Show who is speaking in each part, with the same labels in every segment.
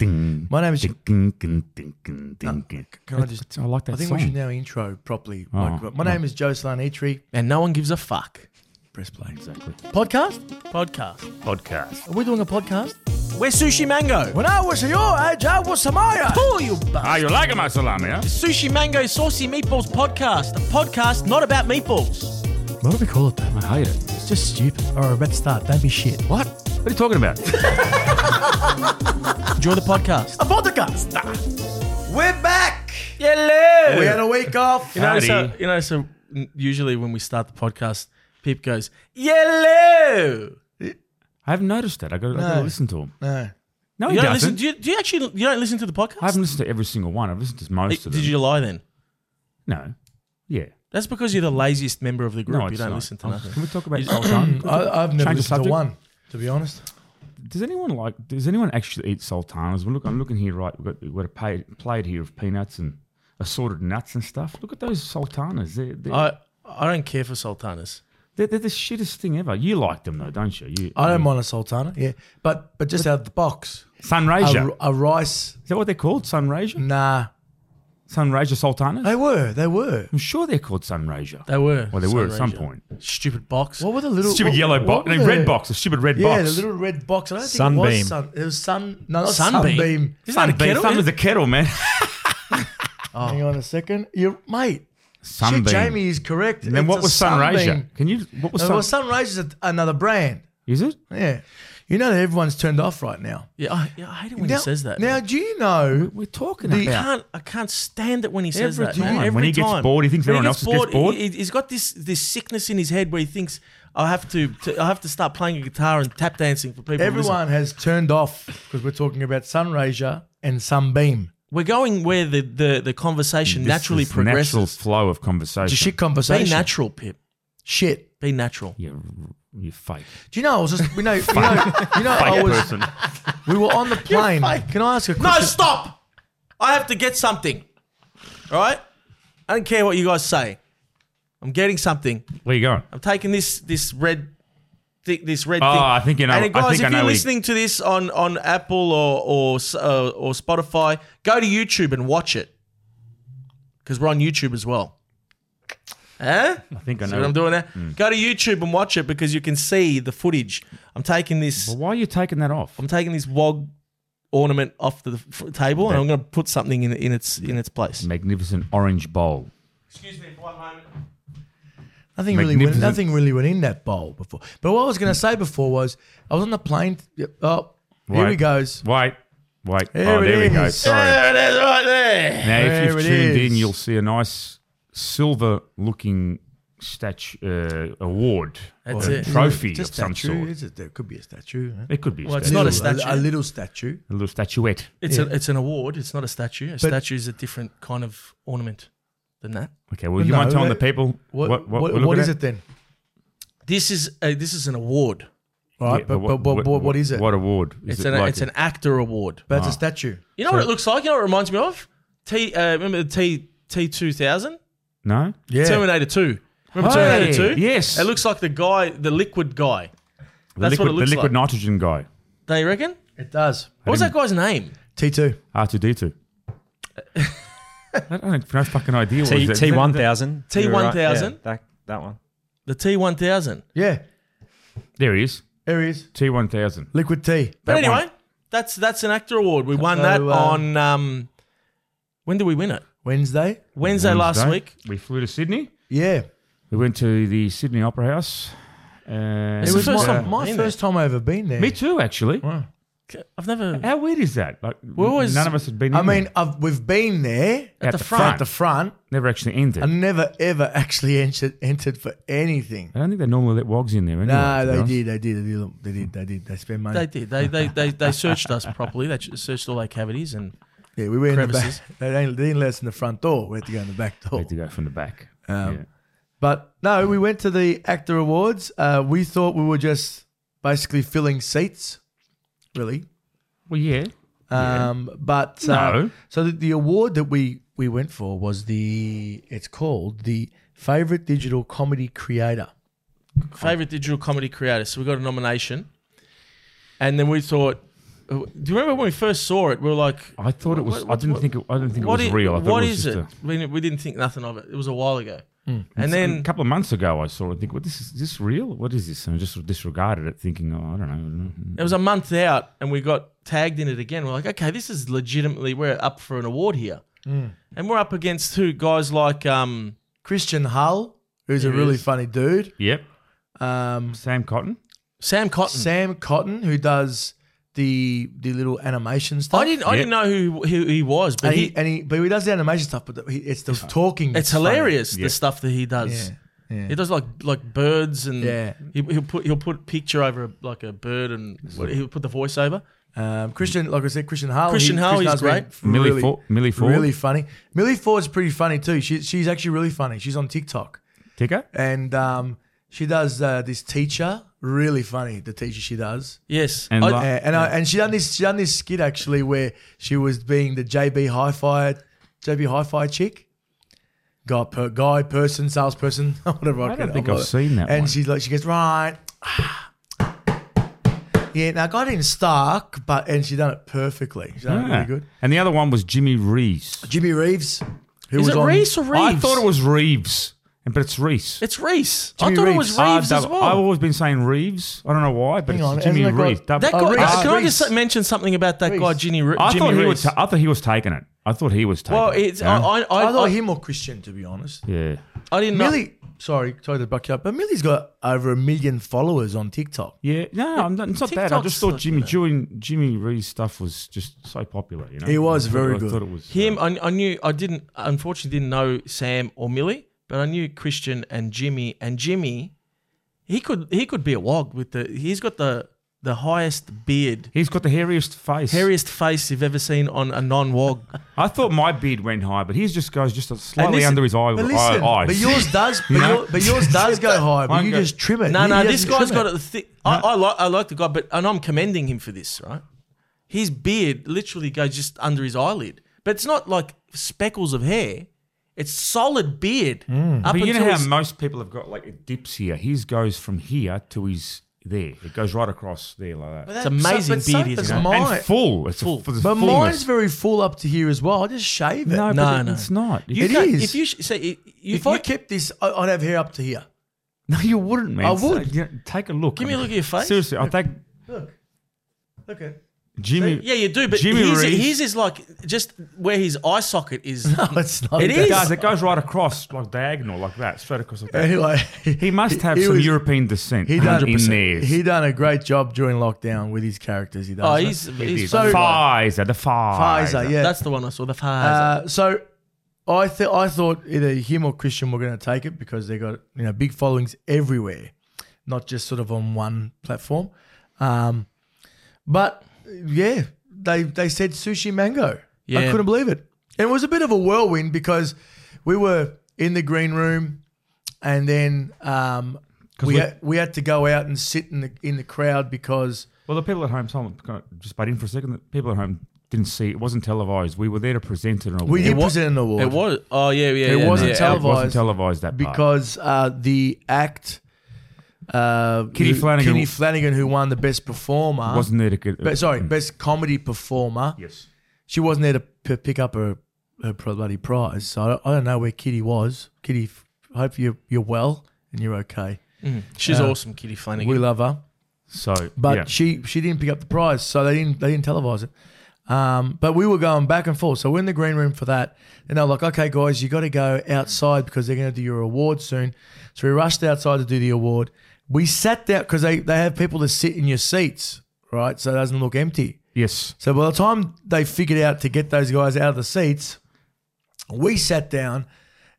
Speaker 1: My name is. Can I
Speaker 2: That's-
Speaker 1: just?
Speaker 2: I like that
Speaker 1: I think
Speaker 2: song.
Speaker 1: we should now intro properly.
Speaker 2: Oh,
Speaker 1: Like, my
Speaker 2: yeah.
Speaker 1: name is Jocelyn Eatree.
Speaker 3: And no one gives a fuck.
Speaker 1: Press play.
Speaker 3: Exactly.
Speaker 1: Podcast?
Speaker 3: Podcast. Podcast.
Speaker 1: Are we doing a podcast?
Speaker 3: We're Sushi Mango.
Speaker 1: When I was your age, I was Samaya.
Speaker 3: Oh, you bastard.
Speaker 2: you like my salami, huh?
Speaker 3: Sushi Mango Saucy Meatballs Podcast. A podcast not about meatballs.
Speaker 1: What do we call it that?
Speaker 2: I hate it.
Speaker 1: It's just stupid. All right, we're about to start. Don't be shit.
Speaker 2: What?
Speaker 3: er
Speaker 2: What are you talking about?
Speaker 3: Enjoy the podcast.
Speaker 1: A podcast. We're back.
Speaker 3: Hello.
Speaker 1: We had a week off.
Speaker 3: you, know, so,
Speaker 2: Howdy.
Speaker 3: you know, so n- usually when we start the podcast, Pip goes, Yellow.
Speaker 2: I haven't noticed that. I got to
Speaker 1: No.
Speaker 2: listen to him.
Speaker 1: No.
Speaker 2: No, he
Speaker 3: You
Speaker 2: doesn't.
Speaker 3: don't listen, do, you, do you actually you don't listen to the podcast?
Speaker 2: I haven't listened to every single one. I've listened to most of them.
Speaker 3: Did you lie then?
Speaker 2: No. Yeah.
Speaker 3: That's because you're the laziest member of the group.
Speaker 2: No,
Speaker 3: you
Speaker 2: it's
Speaker 3: don't
Speaker 2: not.
Speaker 3: listen to
Speaker 2: Oh,
Speaker 3: nothing.
Speaker 2: Can we talk about
Speaker 3: You-
Speaker 2: Sultan?
Speaker 1: I, I've
Speaker 2: Change the
Speaker 1: never listened to
Speaker 2: subject.
Speaker 1: one, to be honest.
Speaker 2: Does anyone like? Does anyone actually eat sultanas? Well, look, I'm looking here. Right, we've got, we've got a pa- plate here of peanuts and assorted nuts and stuff. Look at those sultanas. They're they're,
Speaker 3: I I don't care for sultanas.
Speaker 2: they're, they're the shittest thing ever. You like them though, don't you? you
Speaker 1: I don't mind a sultana, yeah, but but just out of the box,
Speaker 2: Sunraysia.
Speaker 1: a, a rice.
Speaker 2: Is that what they're called? Sunraysia.
Speaker 1: Nah,
Speaker 2: Sunraysia sultanas.
Speaker 1: they were, they were.
Speaker 2: I'm sure they're called Sunraysia.
Speaker 3: They were.
Speaker 2: Well, they were at some
Speaker 3: Sunraysia.
Speaker 2: point.
Speaker 3: Stupid box.
Speaker 1: What were the little
Speaker 2: Stupid
Speaker 1: what-
Speaker 2: yellow
Speaker 1: what
Speaker 2: box,
Speaker 1: were
Speaker 2: no,
Speaker 1: the-
Speaker 2: red box, a stupid red
Speaker 1: Yeah,
Speaker 2: box.
Speaker 1: the little red box. I don't think it
Speaker 4: Sunbeam.
Speaker 1: was sun. It was sun. No, not sunbeam.
Speaker 3: Sunbeam. Isn't that a
Speaker 2: Sunbeam.
Speaker 3: kettle?
Speaker 2: Sun was a kettle, man.
Speaker 1: Hang on a second, you mate.
Speaker 2: Sunbeam.
Speaker 1: Shit, Jamie is correct.
Speaker 2: And then
Speaker 1: It's
Speaker 2: what
Speaker 1: a
Speaker 2: was Sunraysia?
Speaker 1: Sunbeam.
Speaker 2: Can you? What was
Speaker 1: No,
Speaker 2: Sun?
Speaker 1: well, Sunraysia's a- another brand.
Speaker 2: Is it?
Speaker 1: Yeah, you know that everyone's turned off right now.
Speaker 3: Yeah, I, yeah, I hate it when
Speaker 1: now,
Speaker 3: he says that.
Speaker 1: Now,
Speaker 3: man.
Speaker 1: do you know?
Speaker 2: We're talking
Speaker 1: The-
Speaker 3: I
Speaker 2: about.
Speaker 3: can't. I can't stand it when he says
Speaker 2: Every
Speaker 3: that.
Speaker 2: time.
Speaker 3: Man.
Speaker 2: When
Speaker 3: Every
Speaker 2: he gets
Speaker 3: time.
Speaker 2: bored, he thinks
Speaker 3: When
Speaker 2: everyone else gets bored?
Speaker 3: He, has got this this sickness in his head where he thinks I have to, to I have to start playing a guitar and tap dancing for people. to listen."
Speaker 1: Everyone has turned off because we're talking about Sunraysia and Sunbeam.
Speaker 3: we're going where the the, the conversation
Speaker 2: This
Speaker 3: naturally
Speaker 2: is Natural
Speaker 3: progresses.
Speaker 2: flow of conversation.
Speaker 1: It's a shit
Speaker 3: Be
Speaker 1: conversation.
Speaker 3: natural, Pip.
Speaker 1: Shit.
Speaker 3: Be natural.
Speaker 2: You're, you're fake.
Speaker 1: Do you know I was just you know you know, you know I was we were on the plane. Can I ask a
Speaker 3: No,
Speaker 1: question?
Speaker 3: stop! I have to get something. All right. I don't care what you guys say. I'm getting something.
Speaker 2: Where you going?
Speaker 3: I'm taking this this red thi- this red
Speaker 2: Oh,
Speaker 3: thing.
Speaker 2: I think you know-
Speaker 3: And
Speaker 2: I
Speaker 3: then, guys,
Speaker 2: think
Speaker 3: if
Speaker 2: I know
Speaker 3: you're
Speaker 2: where you-
Speaker 3: listening to this on on Apple or or s- uh, or Spotify, go to YouTube and watch it because we're on YouTube as well. Huh?
Speaker 2: I think I
Speaker 3: See
Speaker 2: know. Mm.
Speaker 3: what I'm doing there? Go to YouTube and watch it because you can see the footage. I'm taking this.
Speaker 2: But why are you taking that off?
Speaker 3: I'm taking this wog ornament off the f- table, and I'm going to put something in in its in its place.
Speaker 2: Magnificent orange bowl.
Speaker 3: Excuse me for one moment.
Speaker 1: Nothing really, went,
Speaker 2: Magnificent.
Speaker 1: nothing really went in that bowl before. But what I was going to say before was I was on the plane. yep, Oh, here
Speaker 2: Wait.
Speaker 1: he goes.
Speaker 2: Wait, wait.
Speaker 1: There
Speaker 2: oh,
Speaker 1: it
Speaker 2: there we go.
Speaker 1: is.
Speaker 2: Sorry.
Speaker 3: There it is, right there.
Speaker 2: Now,
Speaker 1: There
Speaker 2: if you've
Speaker 1: it
Speaker 2: tuned
Speaker 1: is.
Speaker 2: in, you'll see a nice silver-looking statue uh, award,
Speaker 3: That's
Speaker 2: a
Speaker 3: it.
Speaker 2: trophy
Speaker 1: Just
Speaker 2: of some
Speaker 1: statue,
Speaker 2: sort.
Speaker 1: is it? There could be a statue. huh?
Speaker 2: It could be.
Speaker 3: Well,
Speaker 2: a
Speaker 3: it's
Speaker 2: statue.
Speaker 3: not a
Speaker 1: Little- A, little
Speaker 3: statue.
Speaker 1: statue.
Speaker 2: a little statuette.
Speaker 3: It's a,
Speaker 1: Yeah.
Speaker 3: it's an award. It's not a statue. A statue is a different kind of ornament than that.
Speaker 2: Okay. Well, you
Speaker 1: No,
Speaker 2: mind telling the
Speaker 1: wait.
Speaker 2: people
Speaker 1: What? What,
Speaker 2: what, we're
Speaker 1: what
Speaker 2: looking
Speaker 1: is
Speaker 2: at?
Speaker 1: it then?
Speaker 3: This is a, this is an award.
Speaker 1: All right,
Speaker 2: Yeah,
Speaker 1: but, but, but, what is it?
Speaker 2: What award? Is
Speaker 3: It's
Speaker 2: it
Speaker 3: an
Speaker 2: like
Speaker 3: it's an actor award.
Speaker 1: But it's a statue.
Speaker 3: You know what it looks like. You know what it reminds me of. T uh, remember the T T two thousand
Speaker 2: no?
Speaker 1: Yeah.
Speaker 3: Terminator two. Remember
Speaker 2: Hey,
Speaker 3: Terminator two?
Speaker 2: yes.
Speaker 3: It looks like the guy, the liquid guy.
Speaker 2: The
Speaker 3: That's
Speaker 2: liquid,
Speaker 3: what it looks
Speaker 2: the liquid
Speaker 3: like.
Speaker 2: nitrogen guy,
Speaker 3: They reckon.
Speaker 1: It does.
Speaker 3: What was that guy's name?
Speaker 1: T2.
Speaker 2: R2D2. I don't have no fucking idea what
Speaker 4: T
Speaker 2: is
Speaker 4: T
Speaker 2: that.
Speaker 4: one thousand.
Speaker 3: T1000.
Speaker 4: Yeah, that that one.
Speaker 3: The T one thousand.
Speaker 1: Yeah.
Speaker 2: There he is.
Speaker 1: There he is.
Speaker 2: T1000.
Speaker 1: Liquid tea.
Speaker 3: But
Speaker 2: That
Speaker 3: anyway,
Speaker 2: one.
Speaker 3: that's that's an actor award. We won
Speaker 1: So,
Speaker 3: that
Speaker 1: uh,
Speaker 3: on um, when did we win it?
Speaker 1: Wednesday.
Speaker 3: Wednesday, last
Speaker 2: Wednesday.
Speaker 3: week.
Speaker 2: We flew to Sydney.
Speaker 1: Yeah.
Speaker 2: We went to the Sydney Opera House. Uh,
Speaker 3: It's
Speaker 1: It
Speaker 3: the
Speaker 1: was my,
Speaker 3: first time I've
Speaker 1: my
Speaker 3: been
Speaker 1: first time I ever been there.
Speaker 2: Me too, actually.
Speaker 3: I've never
Speaker 2: How weird is that? Like,
Speaker 3: always-
Speaker 2: none of us had been.
Speaker 1: I
Speaker 2: in
Speaker 1: mean,
Speaker 2: there.
Speaker 1: I've, we've been there
Speaker 2: at,
Speaker 3: the
Speaker 2: the
Speaker 3: front.
Speaker 2: front,
Speaker 1: at the front.
Speaker 2: never actually ended.
Speaker 1: I never ever actually entered, entered for anything.
Speaker 2: I don't think they normally let wogs in there. Anyway,
Speaker 1: No,
Speaker 2: to be
Speaker 1: they
Speaker 2: honest.
Speaker 1: did, they did, they did, they did, they did. They spent money.
Speaker 3: They did. They they they, they searched us properly. They ch- searched all our cavities and
Speaker 1: yeah, we went in the back.
Speaker 3: crevices.
Speaker 1: They didn't, they didn't let us in the front door. We had to go in the back
Speaker 2: They
Speaker 1: door.
Speaker 2: had to go from the back.
Speaker 1: Um,
Speaker 2: Yeah.
Speaker 1: But no, we went to the actor awards. Uh, we thought we were just basically filling seats, really.
Speaker 2: Well, yeah.
Speaker 1: Um, But uh,
Speaker 2: No.
Speaker 1: so the, the award that we we went for was the it's called the favorite digital comedy creator.
Speaker 3: favorite digital comedy creator. So we got a nomination, and then we thought uh, Do you remember when we first saw it? We were like,
Speaker 2: I thought it was.
Speaker 3: What- what-
Speaker 2: I didn't think. It, I didn't think it
Speaker 3: "What
Speaker 2: was
Speaker 3: is
Speaker 2: real. I thought
Speaker 3: What
Speaker 2: it was
Speaker 3: is
Speaker 2: just
Speaker 3: it?"
Speaker 2: a- Hmm.
Speaker 3: we, we didn't think nothing of it. It was a while ago, and
Speaker 2: a
Speaker 3: then
Speaker 2: couple of months ago, I saw it. I think, what this is this real? What is this? And I just disregarded it, thinking, oh, I don't know.
Speaker 3: it was a month out, and we got tagged in it again. We're like, "Okay, this is legitimately we're up for an award here,"
Speaker 2: Hmm.
Speaker 3: and we're up against two guys like um,
Speaker 1: Christian Hull, who's a
Speaker 3: There
Speaker 1: really
Speaker 3: is.
Speaker 1: funny dude.
Speaker 2: Yep.
Speaker 1: Um,
Speaker 2: Sam Cotton.
Speaker 3: Sam Cotton.
Speaker 1: Sam Cotton, who does the the little animation stuff.
Speaker 3: I didn't. I
Speaker 2: Yeah.
Speaker 3: didn't know who who he was, but
Speaker 1: and he,
Speaker 3: he,
Speaker 1: and he, but he does the animation stuff. But the, he, it's the talking.
Speaker 3: it's
Speaker 1: that's funny.
Speaker 3: hilarious
Speaker 2: Yeah.
Speaker 3: the stuff that he does.
Speaker 1: Yeah, yeah.
Speaker 3: He does like like birds and
Speaker 1: Yeah.
Speaker 3: he, he'll put he'll put picture over a, like a bird and he'll put the voiceover.
Speaker 1: Um, Christian, like I said, Christian Hull.
Speaker 3: Christian Hull, he's
Speaker 1: Hull's been
Speaker 3: great.
Speaker 2: Millie Ford. Millie Ford.
Speaker 1: really funny. Millie Ford's pretty funny too. She, she's actually really funny. She's on TikTok.
Speaker 2: Ticker.
Speaker 1: and um, she does uh, this teacher. Really funny, the teacher she does,
Speaker 3: Yes,
Speaker 2: And
Speaker 3: I-
Speaker 2: like-
Speaker 1: and, and, I, and she done this. She done this skit actually where she was being the JB Hi-Fi, JB Hi-Fi chick, guy, per, guy person, salesperson, whatever. I,
Speaker 2: don't
Speaker 1: can-
Speaker 2: think
Speaker 1: I'm
Speaker 2: I've
Speaker 1: like-
Speaker 2: seen that
Speaker 1: And
Speaker 2: one.
Speaker 1: she's like, she goes right. Yeah, now I got it in Stark, but and she done it perfectly. She done it
Speaker 2: Yeah.
Speaker 1: really good.
Speaker 2: Ah. And the other one was Jimmy Reese.
Speaker 1: Jimmy Reeves, who
Speaker 3: is it Reese or Reeves?
Speaker 2: I thought it was Reeves, and- but it's Reese.
Speaker 3: It's Reese. I
Speaker 1: Jimmy
Speaker 3: thought it
Speaker 1: Reeves.
Speaker 3: was Reeves
Speaker 2: Ah,
Speaker 3: as
Speaker 2: dou-
Speaker 3: well.
Speaker 2: I've always been saying Reeves. I don't know why, but
Speaker 1: Hang
Speaker 2: it's
Speaker 1: on,
Speaker 2: Jimmy
Speaker 1: hasn't that got-
Speaker 2: Reeves. Dou-
Speaker 3: that guy,
Speaker 1: Oh, Reese.
Speaker 3: uh, can I
Speaker 1: Reese.
Speaker 3: just mention something about that
Speaker 1: Reese.
Speaker 3: guy, Ginny, Re-
Speaker 2: I
Speaker 3: Jimmy
Speaker 2: thought he
Speaker 3: Reese?
Speaker 2: was. ta- I thought he was taking it. I thought he was taking
Speaker 3: well,
Speaker 2: it.
Speaker 3: it's
Speaker 2: yeah.
Speaker 3: I, I, I,
Speaker 1: I thought
Speaker 3: I-
Speaker 1: him or Christian, to be honest.
Speaker 2: yeah.
Speaker 3: I didn't know.
Speaker 1: Millie, sorry, sorry to buck you up, but Millie's got over a million followers on TikTok.
Speaker 2: Yeah, no, I'm not, it's not that. I just
Speaker 3: TikTok's
Speaker 2: thought
Speaker 3: like
Speaker 2: Jimmy
Speaker 3: that.
Speaker 2: doing Jimmy Ree's stuff was just so popular. You know,
Speaker 1: He was
Speaker 2: I thought-
Speaker 1: very
Speaker 2: I
Speaker 1: good.
Speaker 2: Thought it was uh,
Speaker 3: Him, I, I knew. I didn't. Unfortunately, didn't know Sam or Millie, but I knew Christian and Jimmy. And Jimmy, he could he could be a wog with the. He's got the the highest beard,
Speaker 2: He's got the hairiest face.
Speaker 3: hairiest face you've ever seen on a non wog.
Speaker 2: I thought my beard went high, but his just goes just slightly
Speaker 1: listen-
Speaker 2: under his eye.
Speaker 1: But
Speaker 2: eye-
Speaker 1: listen,
Speaker 2: eyes.
Speaker 1: but yours does, but,
Speaker 2: know?
Speaker 1: your, but yours does go high, but
Speaker 2: Mine
Speaker 1: you
Speaker 2: go-
Speaker 1: just trim it.
Speaker 3: No,
Speaker 1: You-
Speaker 3: no,
Speaker 1: you
Speaker 3: this
Speaker 1: just
Speaker 3: guy's
Speaker 1: trim
Speaker 3: got a thick. I, I like I like the guy, but and I'm commending him for this, right? His beard literally goes just under his eyelid, but it's not like speckles of hair. It's solid beard
Speaker 1: Hmm.
Speaker 3: up
Speaker 2: But you
Speaker 3: until
Speaker 2: know how
Speaker 3: his-
Speaker 2: most people have got like it dips here. His goes from here to his there. It goes right across there like that.
Speaker 3: it's amazing
Speaker 1: but so
Speaker 3: beard.
Speaker 1: does
Speaker 3: isn't it?
Speaker 1: mine.
Speaker 2: and full. It's full. A, for the
Speaker 1: But mine's
Speaker 2: fullness.
Speaker 1: very full up to here as well. I just shave it.
Speaker 2: no,
Speaker 3: No,
Speaker 2: but
Speaker 3: no.
Speaker 2: it's not.
Speaker 3: You
Speaker 1: It
Speaker 3: can't-
Speaker 1: is.
Speaker 3: If you sh- say you,
Speaker 1: if
Speaker 3: you,
Speaker 1: I kept this, I- I'd have hair up to here.
Speaker 2: no, you wouldn't, man.
Speaker 1: I
Speaker 2: It's like,
Speaker 1: would.
Speaker 2: you know, take a look.
Speaker 3: Give me a look at your face.
Speaker 2: Seriously, I think
Speaker 1: Look, look at.
Speaker 2: Jimmy.
Speaker 3: yeah, you do, but
Speaker 2: Jimmy
Speaker 3: his,
Speaker 2: Reeves-
Speaker 3: his is like just where his eye socket is.
Speaker 1: No, it's not.
Speaker 3: It
Speaker 1: that.
Speaker 3: is.
Speaker 2: Guys, it goes right across, like diagonal, like that, straight across like that.
Speaker 1: Anyway,
Speaker 2: He must have
Speaker 1: Uh, he
Speaker 2: some
Speaker 1: was-
Speaker 2: European descent
Speaker 1: he done,
Speaker 2: in there.
Speaker 1: he done a great job during lockdown with his characters. He does.
Speaker 3: oh,
Speaker 1: mate.
Speaker 3: he's, he's
Speaker 1: So-
Speaker 2: Pfizer, the Pfizer.
Speaker 1: Pfizer, yeah.
Speaker 3: that's the one I saw. The Pfizer.
Speaker 1: Uh, so I th- I thought either him or Christian were going to take it because they got you know big followings everywhere, not just sort of on one platform. Um, but yeah, they they said sushi mango. I
Speaker 3: Yeah.
Speaker 1: couldn't believe it. And it was a bit of a whirlwind because we were in the green room, and then um, we
Speaker 2: we-
Speaker 1: had, we had to go out and sit in the in the crowd because
Speaker 2: Well, the people at home, someone can I just butt in for a second. The people at home didn't see it wasn't televised. We were there to present it. and all.
Speaker 1: we
Speaker 2: It
Speaker 1: did
Speaker 2: wa-
Speaker 1: present an award.
Speaker 3: it was. Oh yeah, yeah.
Speaker 1: It
Speaker 3: yeah,
Speaker 1: wasn't
Speaker 3: yeah,
Speaker 1: televised.
Speaker 2: It wasn't televised that part.
Speaker 1: because uh, the act uh,
Speaker 2: Kitty
Speaker 1: who-
Speaker 2: Flanagan-
Speaker 1: Kitty Flanagan, who won the best performer,
Speaker 2: wasn't there to get.
Speaker 1: Be- sorry, best comedy performer.
Speaker 2: Yes.
Speaker 1: She wasn't there to p- pick up her, her pro- bloody prize. So I don't, I don't know where Kitty was. Kitty, f- I hope you're you're well and you're okay.
Speaker 3: She's awesome, Kitty Flanagan.
Speaker 1: Mm. We love her,
Speaker 2: So,
Speaker 1: but
Speaker 2: yeah.
Speaker 1: she she didn't pick up the prize, so they didn't they didn't televise it. Um, but we were going back and forth. So we're in the green room for that. And they're like, okay, guys, you got to go outside because they're going to do your award soon. So we rushed outside to do the award. We sat down because they, they have people to sit in your seats, right? So it doesn't look empty.
Speaker 2: yes,
Speaker 1: So by the time they figured out to get those guys out of the seats, we sat down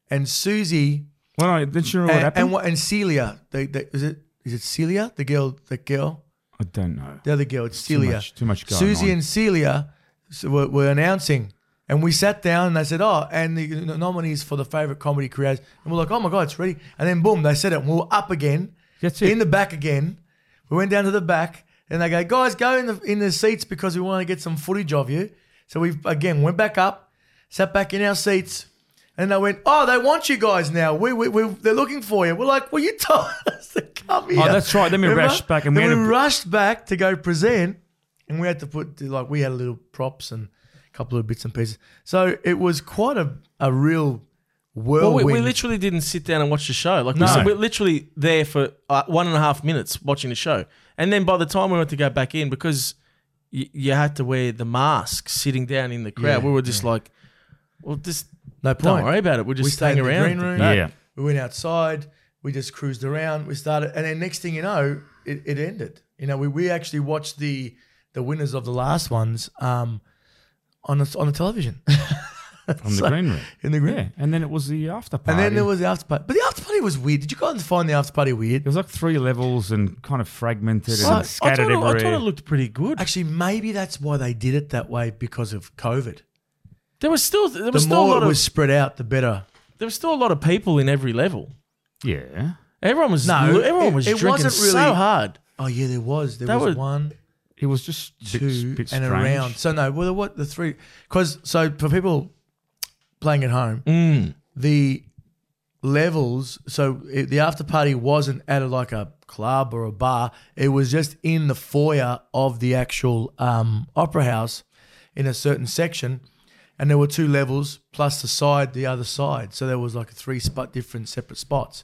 Speaker 1: and Susie
Speaker 2: well, no, didn't you know what
Speaker 1: and,
Speaker 2: happened?
Speaker 1: and, what- and Celia, they, they, is it is it Celia? The girl, the girl,
Speaker 2: I don't know.
Speaker 1: the other girl, it's
Speaker 2: Too
Speaker 1: Celia.
Speaker 2: much, too much going
Speaker 1: Susie
Speaker 2: on.
Speaker 1: and Celia s- were, were announcing, and we sat down and they said, "Oh, and the nominees for the favorite comedy creators." And we're like, "Oh my god, it's ready!" And then boom, they said it. And we were up again,
Speaker 2: That's it.
Speaker 1: in the back again. We went down to the back, and they go, "Guys, go in the in the seats because we want to get some footage of you." So we again went back up, sat back in our seats. And they went, oh, they want you guys now. We, we, we, they're looking for you. We're like, well, you told us to come here.
Speaker 2: Oh, that's right. Then we rushed back and
Speaker 1: Then
Speaker 2: we
Speaker 1: we
Speaker 2: had a-
Speaker 1: rushed back to go present. and we had to put like we had little props and a couple of bits and pieces. So it was quite a a real
Speaker 3: Well,
Speaker 1: whirlwind.
Speaker 3: we, we literally didn't sit down and watch the show. Like we
Speaker 1: No.
Speaker 3: s- we're literally there for uh, one and a half minutes watching the show, and then by the time we went to go back in, because y- you had to wear the mask sitting down in the crowd,
Speaker 1: Yeah,
Speaker 3: we were just like, "Well, just
Speaker 1: no
Speaker 3: don't
Speaker 1: point.
Speaker 3: worry about it. We're just
Speaker 1: we stayed
Speaker 3: staying
Speaker 1: in the
Speaker 3: around."
Speaker 1: green room.
Speaker 2: Yeah.
Speaker 1: We went outside. We just cruised around. We started, and then next thing you know, it, it ended. You know, we, we actually watched the the winners of the last ones um, on the, on the television
Speaker 2: from the green room.
Speaker 1: in the green.
Speaker 2: Yeah, and then it was the after party.
Speaker 1: And then there was the after party, but the after party was weird. Did you guys find the after party weird?
Speaker 2: It was like three levels and kind of fragmented
Speaker 3: I, I
Speaker 2: and
Speaker 3: thought
Speaker 2: scattered
Speaker 3: it, I thought
Speaker 2: everywhere.
Speaker 3: it looked pretty good.
Speaker 1: Actually, maybe that's why they did it that way because of COVID.
Speaker 3: There was still there was
Speaker 1: The
Speaker 3: still a
Speaker 1: more
Speaker 3: lot
Speaker 1: it
Speaker 3: of
Speaker 1: was spread out, the better.
Speaker 3: there was still a lot of people in every level.
Speaker 2: yeah.
Speaker 3: Everyone was
Speaker 1: No,
Speaker 3: everyone
Speaker 1: it-
Speaker 3: was
Speaker 1: it
Speaker 3: drinking
Speaker 1: wasn't
Speaker 3: so
Speaker 1: really-
Speaker 3: hard.
Speaker 1: Oh yeah, there was. There
Speaker 3: That
Speaker 1: was
Speaker 3: was-
Speaker 1: one,
Speaker 2: It was just a bit,
Speaker 1: two,
Speaker 2: bit
Speaker 1: and
Speaker 2: strange.
Speaker 1: around. So no, well, what the three? Because so for people playing at home,
Speaker 3: Mm.
Speaker 1: the levels. So it, the after party wasn't at a, like a club or a bar. It was just in the foyer of the actual um, opera house, in a certain section, and there were two levels plus the side, the other side. So there was like three spot, different separate spots.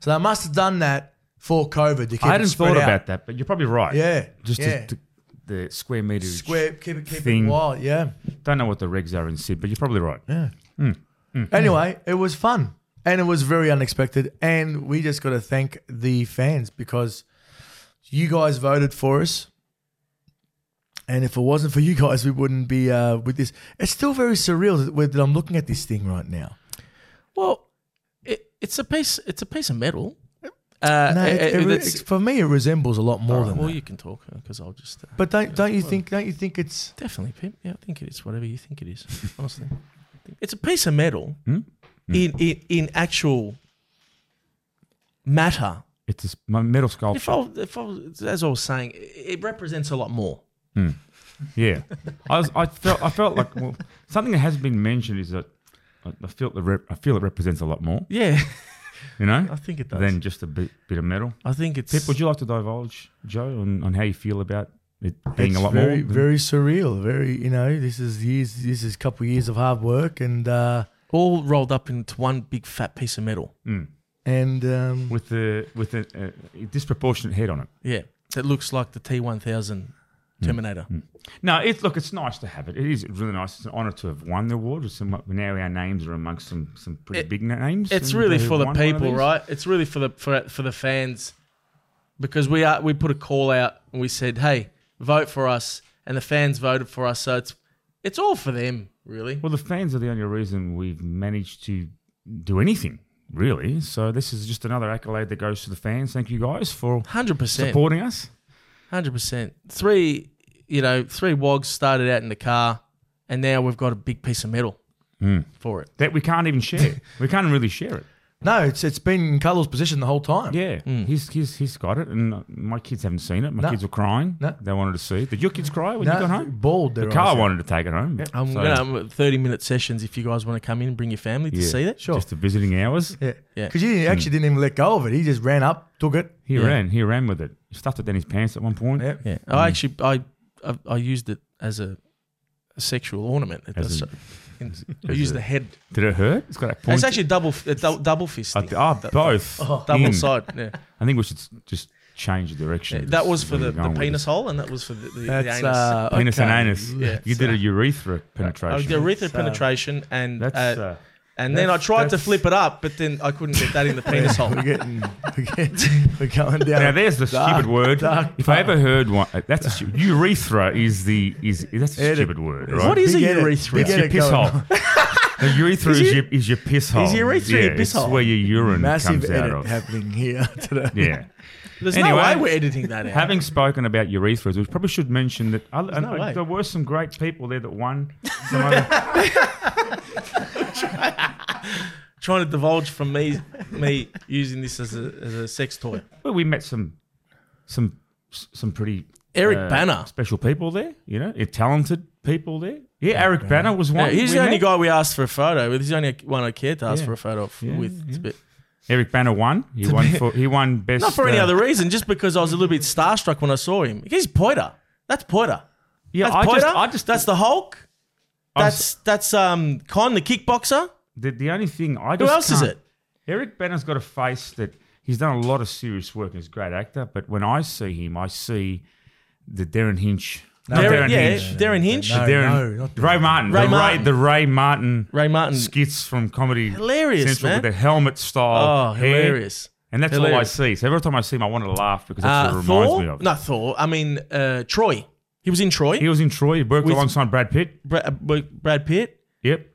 Speaker 1: So they must have done that for COVID. to keep
Speaker 2: I
Speaker 1: it
Speaker 2: hadn't
Speaker 1: spread
Speaker 2: thought
Speaker 1: out.
Speaker 2: about that, but you're probably right.
Speaker 1: Yeah,
Speaker 2: Just
Speaker 1: yeah.
Speaker 2: The, the square meter.
Speaker 1: Square, keep it, keep
Speaker 2: thing.
Speaker 1: it wild, yeah.
Speaker 2: Don't know what the regs are in Sid, but you're probably right.
Speaker 1: Anyway, it was fun and it was very unexpected. And we just got to thank the fans because you guys voted for us. And if it wasn't for you guys, we wouldn't be uh, with this. It's still very surreal that, we're- that I'm looking at this thing right now.
Speaker 3: Well, it, it's a piece it's a piece of metal. Uh,
Speaker 1: No,
Speaker 3: it-
Speaker 1: it,
Speaker 3: it-
Speaker 1: it re-
Speaker 3: it's-
Speaker 1: for me, it resembles a lot more
Speaker 3: All right,
Speaker 1: than
Speaker 3: well,
Speaker 1: that.
Speaker 3: you can talk because I'll just uh,
Speaker 1: But don't don't you think don't you think it's
Speaker 3: definitely pimp. Yeah, I think it is whatever you think it is. Honestly, it's a piece of metal
Speaker 2: Hmm?
Speaker 3: in, in in actual matter.
Speaker 2: It's this my metal sculpture.
Speaker 3: If I, was- if I was, as I was saying, it it represents a lot more.
Speaker 2: Yeah, I, was, I felt I felt like well, something that hasn't been mentioned is that I I feel the rep, I feel it represents a lot more,
Speaker 3: Yeah,
Speaker 2: you know,
Speaker 3: I think it does.
Speaker 2: than just a bit, bit of metal.
Speaker 3: I think it's
Speaker 2: Pip, would you like to divulge, Joe, on, on how you feel about it being
Speaker 1: it's
Speaker 2: a lot
Speaker 1: very
Speaker 2: more? than-
Speaker 1: very surreal. Very you know this is years this is a couple years of hard work and uh,
Speaker 3: all rolled up into one big fat piece of metal.
Speaker 2: Mm.
Speaker 1: and um,
Speaker 2: with the with a, a disproportionate head on it.
Speaker 3: Yeah, that looks like the T one thousand Terminator.
Speaker 2: No, it's look, it's nice to have it. It is really nice. It's an honour to have won the award. With some, now our names are amongst some some pretty
Speaker 3: It-
Speaker 2: big names.
Speaker 3: It's
Speaker 2: and
Speaker 3: really
Speaker 2: they've
Speaker 3: for the
Speaker 2: won one of
Speaker 3: people,
Speaker 2: these.
Speaker 3: right? It's really for the for, for the fans because we are we put a call out and we said, "Hey, vote for us." And the fans voted for us, so it's it's all for them, really.
Speaker 2: Well, the fans are the only reason we've managed to do anything, really. So this is just another accolade that goes to the fans. Thank you guys for
Speaker 3: 100%.
Speaker 2: supporting us.
Speaker 3: 100%. Three, you know, three wogs started out in the car and now we've got a big piece of metal
Speaker 2: Hmm.
Speaker 3: for it.
Speaker 2: That we can't even share. we can't really share it.
Speaker 1: No, it's it's been Carlos' position the whole time.
Speaker 2: Yeah,
Speaker 3: Mm.
Speaker 2: he's, he's he's got it, and uh, my kids haven't seen it. My
Speaker 1: No.
Speaker 2: kids were crying.
Speaker 1: No.
Speaker 2: They wanted to see it. Did your kids cry when
Speaker 1: No,
Speaker 2: you got home?
Speaker 1: bald.
Speaker 2: The
Speaker 1: their
Speaker 2: car
Speaker 1: eyes out.
Speaker 2: wanted to take it home.
Speaker 3: I'm
Speaker 2: So-
Speaker 3: gonna I'm at 30 minute sessions if you guys want to come in and bring your family to
Speaker 2: Yeah.
Speaker 3: see that.
Speaker 1: Sure.
Speaker 2: Just the visiting hours.
Speaker 1: yeah,
Speaker 3: Yeah. Hmm.
Speaker 1: Because you actually didn't even let go of it. He just ran up, took it.
Speaker 2: He
Speaker 3: Yeah.
Speaker 2: ran. He ran with it. He stuffed it down his pants at one point.
Speaker 1: Yeah.
Speaker 3: Yeah.
Speaker 2: Mm.
Speaker 3: I actually I I, I used it as a, a sexual ornament. It
Speaker 2: As
Speaker 3: does
Speaker 2: a-
Speaker 3: so- in- I
Speaker 2: as
Speaker 3: used
Speaker 2: a-
Speaker 3: the head
Speaker 2: Did it hurt? It's got that point.
Speaker 3: It's actually double, uh, dou- double fist.
Speaker 2: Uh, d- ah, both.
Speaker 3: double
Speaker 2: in.
Speaker 3: side. Yeah.
Speaker 2: I think we should s- just change the direction.
Speaker 3: Yeah,
Speaker 2: of
Speaker 3: that
Speaker 2: this,
Speaker 3: was
Speaker 2: where
Speaker 3: for the,
Speaker 2: we're
Speaker 3: the
Speaker 2: going with
Speaker 3: penis
Speaker 2: this.
Speaker 3: hole, and that was for the, the, the
Speaker 1: That's
Speaker 3: anus.
Speaker 1: uh,
Speaker 2: Penis
Speaker 1: okay.
Speaker 2: and anus.
Speaker 3: Yeah,
Speaker 2: you did
Speaker 3: so-
Speaker 2: a urethra
Speaker 3: I was
Speaker 2: penetration.
Speaker 3: the urethra
Speaker 1: That's, uh,
Speaker 3: penetration, and
Speaker 2: That's
Speaker 3: uh,
Speaker 2: uh,
Speaker 3: and then I
Speaker 1: that's-
Speaker 3: tried to
Speaker 1: that's-
Speaker 3: flip it up, but then I couldn't get that in the penis hole.
Speaker 1: We're getting, we're, getting, we're going down.
Speaker 2: now. There's the
Speaker 1: Dark-
Speaker 2: stupid word.
Speaker 1: dark
Speaker 2: if I ever heard one, uh, that's a stu- urethra is the is that's a
Speaker 1: Edit.
Speaker 2: stupid word, right?
Speaker 3: What is a
Speaker 1: Big edit.
Speaker 3: urethra?
Speaker 1: Big
Speaker 2: it's your
Speaker 1: edit
Speaker 2: piss
Speaker 1: going
Speaker 2: hole. the urethra is,
Speaker 3: it?
Speaker 2: your is your piss hole.
Speaker 3: urethra your
Speaker 2: Yeah,
Speaker 3: piss
Speaker 2: it's
Speaker 3: hole?
Speaker 2: where your urine
Speaker 1: Massive
Speaker 2: comes out
Speaker 1: edit
Speaker 2: of.
Speaker 1: happening here today.
Speaker 2: Yeah.
Speaker 3: There's no
Speaker 2: Anyway,
Speaker 3: way we're editing that out.
Speaker 2: Having spoken about urethras, we probably should mention that other, and,
Speaker 3: no
Speaker 2: and
Speaker 3: way.
Speaker 2: there were some great people there that won. Some other,
Speaker 3: Trying to divulge from me me using this as a, as a sex toy.
Speaker 2: well, we met some some some pretty
Speaker 3: Eric
Speaker 2: uh,
Speaker 3: Banner.
Speaker 2: special people there. You know, eh, talented people there. Yeah, Eric Banner was
Speaker 3: Yeah,
Speaker 2: one.
Speaker 3: he's
Speaker 2: we
Speaker 3: the only
Speaker 2: met.
Speaker 3: guy we asked for a photo with. He's the only one I cared to ask
Speaker 2: Yeah.
Speaker 3: for a photo of,
Speaker 2: Yeah,
Speaker 3: with. It's a
Speaker 2: yeah.
Speaker 3: bit-
Speaker 2: Eric Banner won. He won for he won best.
Speaker 3: Not for any
Speaker 2: uh,
Speaker 3: other reason, just because I was a little bit starstruck when I saw him. He's Poiter. That's Poiter.
Speaker 2: Yeah,
Speaker 3: That's
Speaker 2: I
Speaker 3: Poiter.
Speaker 2: just, I just,
Speaker 3: that's the Hulk.
Speaker 2: I'm
Speaker 3: That's that's um Con, the kickboxer.
Speaker 2: the, the only thing I
Speaker 3: Who
Speaker 2: just
Speaker 3: else is
Speaker 2: can't-
Speaker 3: it?
Speaker 2: Eric Banner's got a face that he's done a lot of serious work. He's a great actor, but when I see him, I see the Darren Hinch. Not
Speaker 3: Darren-
Speaker 2: Darren,
Speaker 3: yeah,
Speaker 2: Hinch.
Speaker 3: Darren Hinch,
Speaker 1: No,
Speaker 2: Darren,
Speaker 1: no, not
Speaker 2: Ray Martin.
Speaker 3: Ray
Speaker 2: the,
Speaker 3: Martin.
Speaker 2: Ray, the Ray Martin
Speaker 3: Ray Martin.
Speaker 2: skits from Comedy
Speaker 3: Hilarious,
Speaker 2: Central
Speaker 3: man.
Speaker 2: with the helmet style.
Speaker 3: oh,
Speaker 2: hair.
Speaker 3: hilarious.
Speaker 2: And that's all I
Speaker 3: Hilarious.
Speaker 2: see. So every time I see him, I want to laugh because that's
Speaker 3: Uh,
Speaker 2: what it reminds
Speaker 3: Thor?
Speaker 2: me of.
Speaker 3: Not Thor. I mean uh, Troy. He was in Troy.
Speaker 2: He was in Troy. He worked
Speaker 3: With-
Speaker 2: alongside Brad Pitt.
Speaker 3: Bra- uh, Brad Pitt
Speaker 2: Yep.